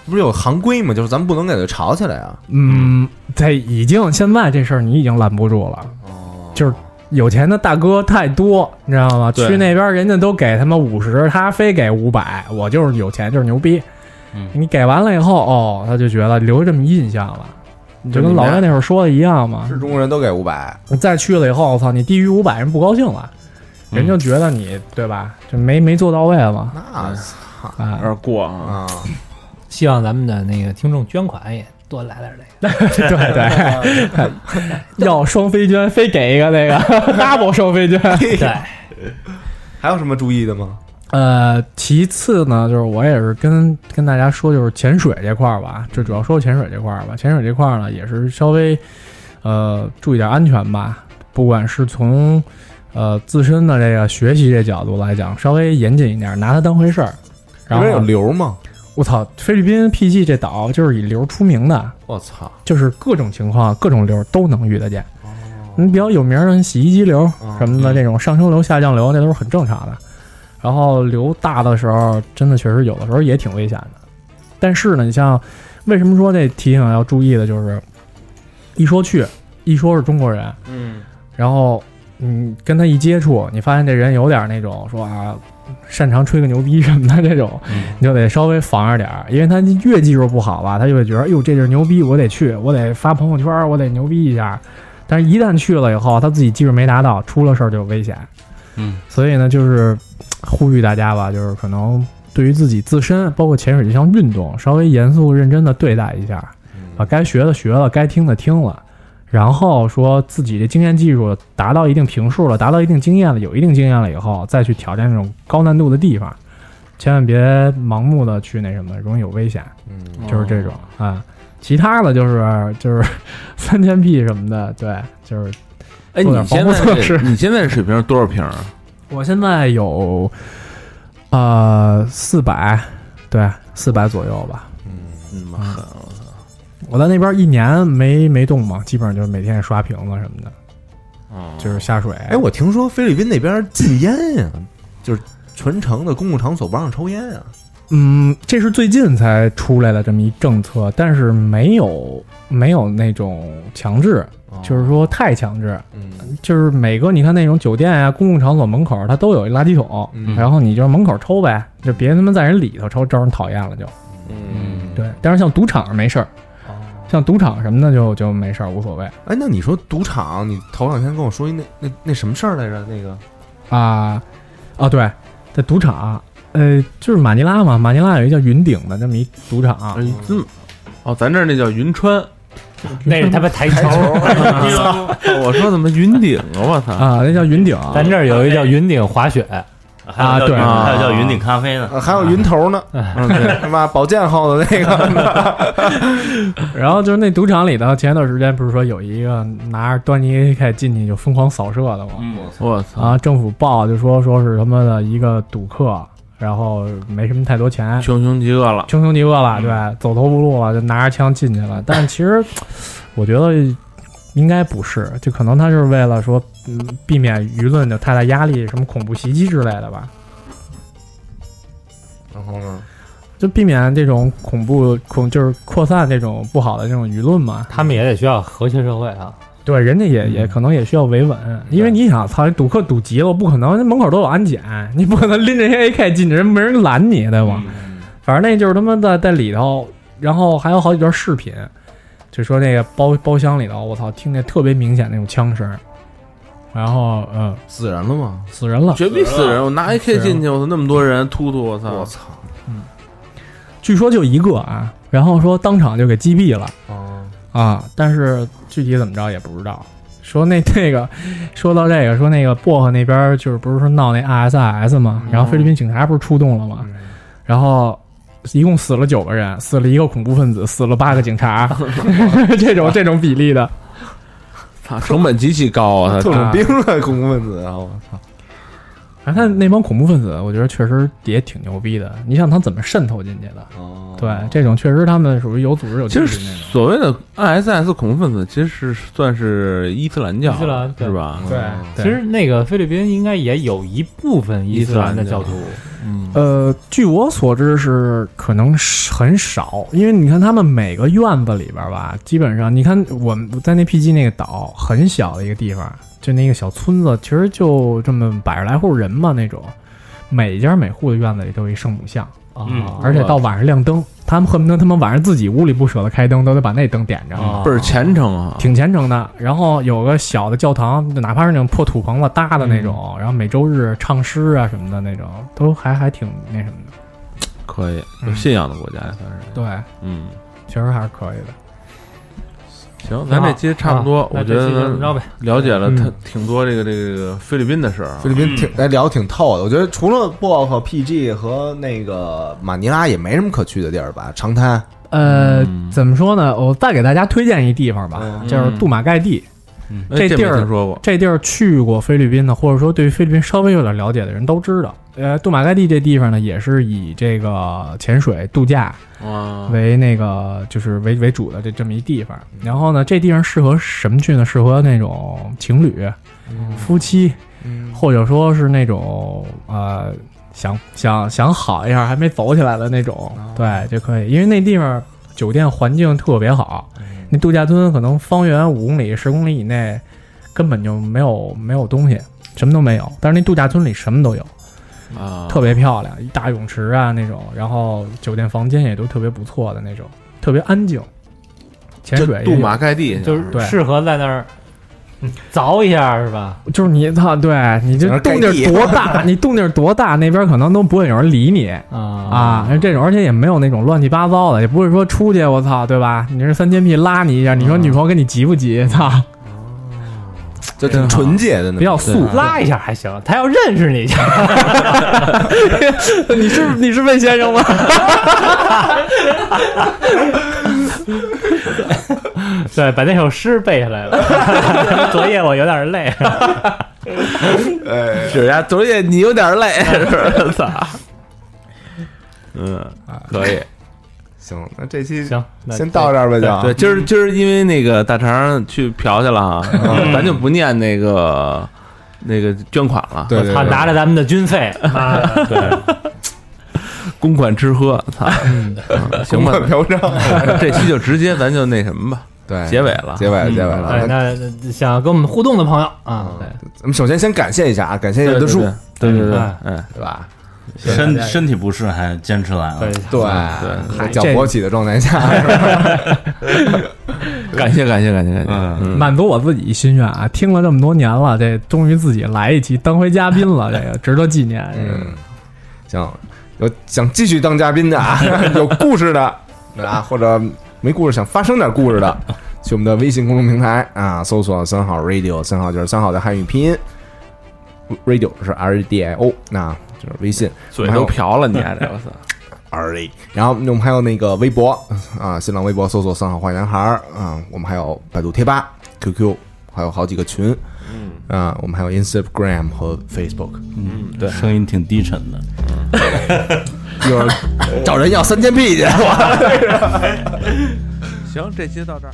不是有行规吗？就是咱们不能给他吵起来啊。
嗯，在已经现在这事儿你已经拦不住了，就是。有钱的大哥太多，你知道吗？
对
去那边人家都给他妈五十，他非给五百，我就是有钱，就是牛逼。
嗯
你给完了以后，哦，他就觉得留这么印象了，你就跟老外那会儿说的一样嘛。
是中国人都给五百，
你再去了以后，我操，你低于五百人不高兴了，人就觉得你对吧？就没没做到位了嘛。
那
啊
有，点过
嗯
啊，
啊，
希望咱们的那个听众捐款也多来点这个。
对对，要双飞捐，非给一个 那个 double 双 飞捐。
对，
还有什么注意的吗？
呃，其次呢，就是我也是跟跟大家说，就是潜水这块儿吧，就主要说潜水这块儿吧。潜水这块儿呢，也是稍微呃注意点安全吧，不管是从呃自身的这个学习这角度来讲，稍微严谨一点，拿它当回事儿。
那
然后
边有流吗？
我操，菲律宾 PG 这岛就是以流出名的，
我操！
就是各种情况、各种流都能遇得见。你比较有名的洗衣机流什么的，这种上升流、下降流，那都是很正常的。然后流大的时候，真的确实有的时候也挺危险的。但是呢，你像为什么说这提醒要注意的，就是一说去，一说是中国人，
嗯，
然后你跟他一接触，你发现这人有点那种说啊，擅长吹个牛逼什么的这种，你就得稍微防着点儿，因为他越技术不好吧，他就会觉得哟哎这地儿牛逼，我得去，我得发朋友圈儿，我得牛逼一下。但是，一旦去了以后，他自己技术没达到，出了事儿就有危险。
嗯，
所以呢，就是呼吁大家吧，就是可能对于自己自身，包括潜水这项运动，稍微严肃认真的对待一下，把该学的学了，该听的听了，然后说自己的经验技术达到一定评数了，达到一定经验了，有一定经验了以后，再去挑战这种高难度的地方，千万别盲目的去那什么，容易有危险。
嗯，
就是这种啊。其他的就是就是 三千 P 什么的，对，就是
哎，
做
你
点
现
防护措
在
施
你现在水平是多少瓶啊？
我现在有呃四百，对，四百左右吧。
嗯，妈狠！
我在那边一年没没动嘛，基本上就是每天也刷瓶子什么的，
哦
就是下水。
哎，我听说菲律宾那边禁烟呀、就是全城的公共场所不让抽烟啊。
嗯，这是最近才出来的这么一政策，但是没有没有那种强制，就是说太强制，
嗯，
就是每个你看那种酒店呀、公共场所门口，它都有一垃圾桶，
嗯
然后你就门口抽呗，就别他妈在人里头抽，招人讨厌了就。
嗯，
对，但是像赌场没事儿，像赌场什么的就就没事儿，无所谓
哎，那你说赌场，你头两天跟我说一那那那什么事儿来着？那个
啊。哦，对，在赌场，呃，就是马尼拉嘛，马尼拉有一个叫云顶的这么一赌场，
哎，这么哦，咱这儿那叫云川。
那是他妈台球，
哦我说怎么云顶啊！我操，
啊，那叫云顶，
咱这儿有一 个叫云顶滑雪，
还有叫
对
啊
还有叫云顶咖啡呢，
呃还有云头呢，
嗯，对，
他妈宝剑号的那个，
然后就是那赌场里头，前一段时间不是说有一个拿着端倪 AK 进去就疯狂扫射的吗？
嗯，
我操，
啊，政府报就说说是他妈的一个赌客，然后没什么太多钱，
穷凶极恶了。嗯
穷凶极恶了，对，走投无路了，就拿着枪进去了。但是其实我觉得应该不是，就可能他就是为了说，嗯，避免舆论的太大压力，什么恐怖袭击之类的吧，
然后呢？
就避免这种恐怖恐就是扩散这种不好的这种舆论嘛。
他们也得需要和谐社会啊。
对，人家也也可能也需要维稳，因为你想，操，赌客赌急了，不可能，那门口都有安检，你不可能拎着些 AK 进去，人没人拦你，对吧？反正那就是他妈的在里头，然后还有好几段视频，就说那个包包厢里头，我操，听见特别明显那种枪声，然后嗯，
死人了吗？
死人了。
绝逼死人！我拿 AK 进去，我操，那么多人突突，我操！
我操！
据说就一个啊，然后说当场就给击毙了
哦
啊，
啊，但是具体怎么着也不知道。说那那个， 说到这个，说那个薄荷那边就是不是说闹那 RSIS 吗？
嗯
然后菲律宾警察不是出动了吗？然后一共死了九个人，死了一个恐怖分子，死了八个 警察，这种这种比例的。
操，啊成本极其高啊！
特
他
种兵了，恐怖分子啊！我操！
反正他啊那帮恐怖分子，我觉得确实也挺牛逼的。你想他怎么渗透进去的？
哦
对，这种确实他们属于有组织有
其
纪律
实
那种。
所谓的 ISIS 恐怖分子，其实是算是伊斯兰教，
伊斯兰对
是吧？哦
对，嗯
其实那个菲律宾应该也有一部分伊斯兰的教徒，
嗯，
呃，据我所知是可能是很少，因为你看他们每个院子里边吧，基本上你看我们在那 PG 那个岛很小的一个地方，就那个小村子，其实就这么百十来户人嘛那种，每家每户的院子里都有一圣母像，
啊
哦
嗯
而且到晚上亮灯，他们恨不得他们晚上自己屋里不舍得开灯，都得把那灯点着。
哦
嗯
倍儿虔诚啊！
挺虔诚的，然后有个小的教堂，就哪怕是那种破土棚子搭的那种，然后每周日唱诗啊什么的那种，都还还挺那什么的。
可以，
嗯
有信仰的国家也算是。
对，
嗯，
确实还是可以的。
行，咱这期差不
啊
多，我觉
啊那这期就这么着
得
呗。
了解了
嗯
他挺多这个这个菲律宾的事儿啊。
菲律宾挺哎聊得挺透的，我觉得除了薄荷、PG 和那个马尼拉也没什么可去的地儿吧？长滩，
呃，
嗯
怎么说呢？我再给大家推荐一地方吧，
嗯
就是杜马盖地。
哎
这
这
地儿
没听说过，
这地儿去过菲律宾的，或者说对菲律宾稍微有点了解的人都知道。呃，杜马盖地这地方呢，也是以这个潜水度假
哇，
为那个就是为为主的这这么一地方。然后呢，这地方适合什么去呢？适合那种情侣、夫妻，或者说是那种呃想想想好一下还没走起来的那种，对就可以。因为那地方酒店环境特别好，那度假村可能方圆五公里、十公里以内根本就没有没有东西，什么都没有。但是那度假村里什么都有。
啊，
特别漂亮，一大泳池啊那种，然后酒店房间也都特别不错的那种，特别安静。潜水
这
也有
杜马盖地，
就
对
是适合在那儿嗯凿一下是吧？
就是你操，对，你这
在那儿盖
动静
地
儿 多大，你动静儿多大，那边可能都不会有人理你
啊
啊。这种，而且也没有那种乱七八糟的，也不是说出去我操，对吧？你是三千屁拉你一下，你说女朋友跟你急不急？操，
就挺纯洁的呢，
比较素。
拉一下还行，他要认识你一下，
你是你是魏先生吗？
对，把那首诗背下来 了。昨夜我有点累，
是呀，昨夜你有点累，是 吧？操，嗯，可以。
行，那这期
行，那
先到这儿吧，就
对，今儿今儿因为那个大肠去嫖去了啊，咱就不念那个那个捐款了，
对对
他啊拿着咱们的军费，啊妈的，
公款吃喝，操，嗯行吧，
嫖娼，
这期就直接咱就那什么吧，
对，
结尾啊了，
结尾结尾
对，
了。那
那想跟我们互动的朋友啊，对，
咱们首先先感谢一下啊，感谢
对
叶德树，，
对对对对，
哎
嗯，
对吧？
身身体不适还坚持来啊了
对，
对
对
在脚勃起的状态下，
感谢感谢感谢感谢，
嗯，
满足我自己心愿啊！听了这么多年了，这终于自己来一期当回嘉宾了，这个值得纪念。这个
嗯，行，有想继续当嘉宾的啊，有故事的啊，或者没故事想发生点故事的，去我们的微信公众平台啊，搜索“三好 radio”，三好就是三好的汉语拼音，radio 是 R A D I O，那就是微信。
嘴都瓢了，你还这，我操，
而已。然后我们还有那个微博啊，新浪微博搜索“三好坏男孩儿”啊，我们还有百度贴吧、QQ，还有好几个群。嗯啊，我们还有 Instagram 和 Facebook，
对，声音挺低沉的，
一会儿找人要三千 P 去。
行，这期就到这儿。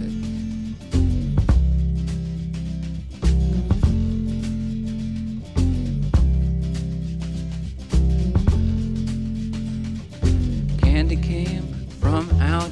Candy came from out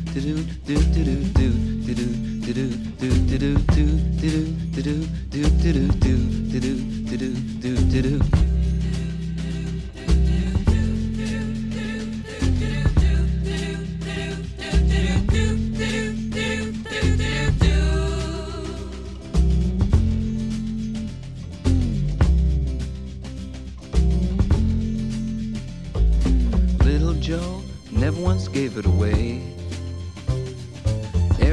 do do do do do do do do do do do do do do do do do do do do do do do do do do do. Little Joe never once gave it away.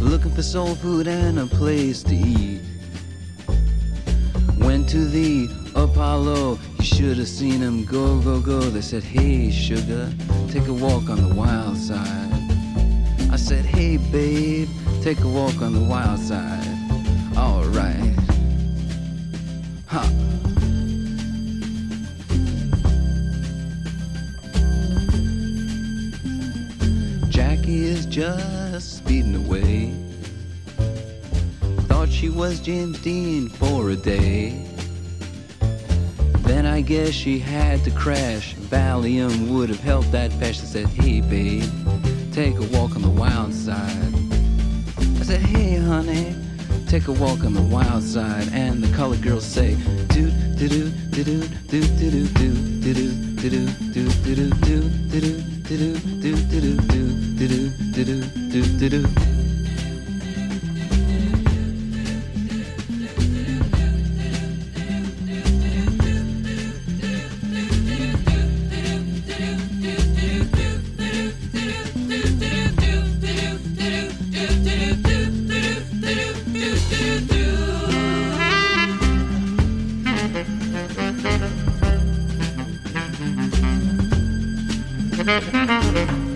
Looking for soul food and a place to eat. Went to the Apollo, you should have seen him go, go, go. They said, Hey, Sugar, take a walk on the wild side. I said, Hey, babe, take a walk on the wild side. Alright. Ha. Jackie is just speeding away. Thought she was James Dean for a day. Then I guess she had to crash. Valium would have helped that patch. I said, hey babe, take a walk on the wild side. I said, hey honey, take a walk on the wild side. And the colored girls say, do do do do do do do do do do do do Thank you.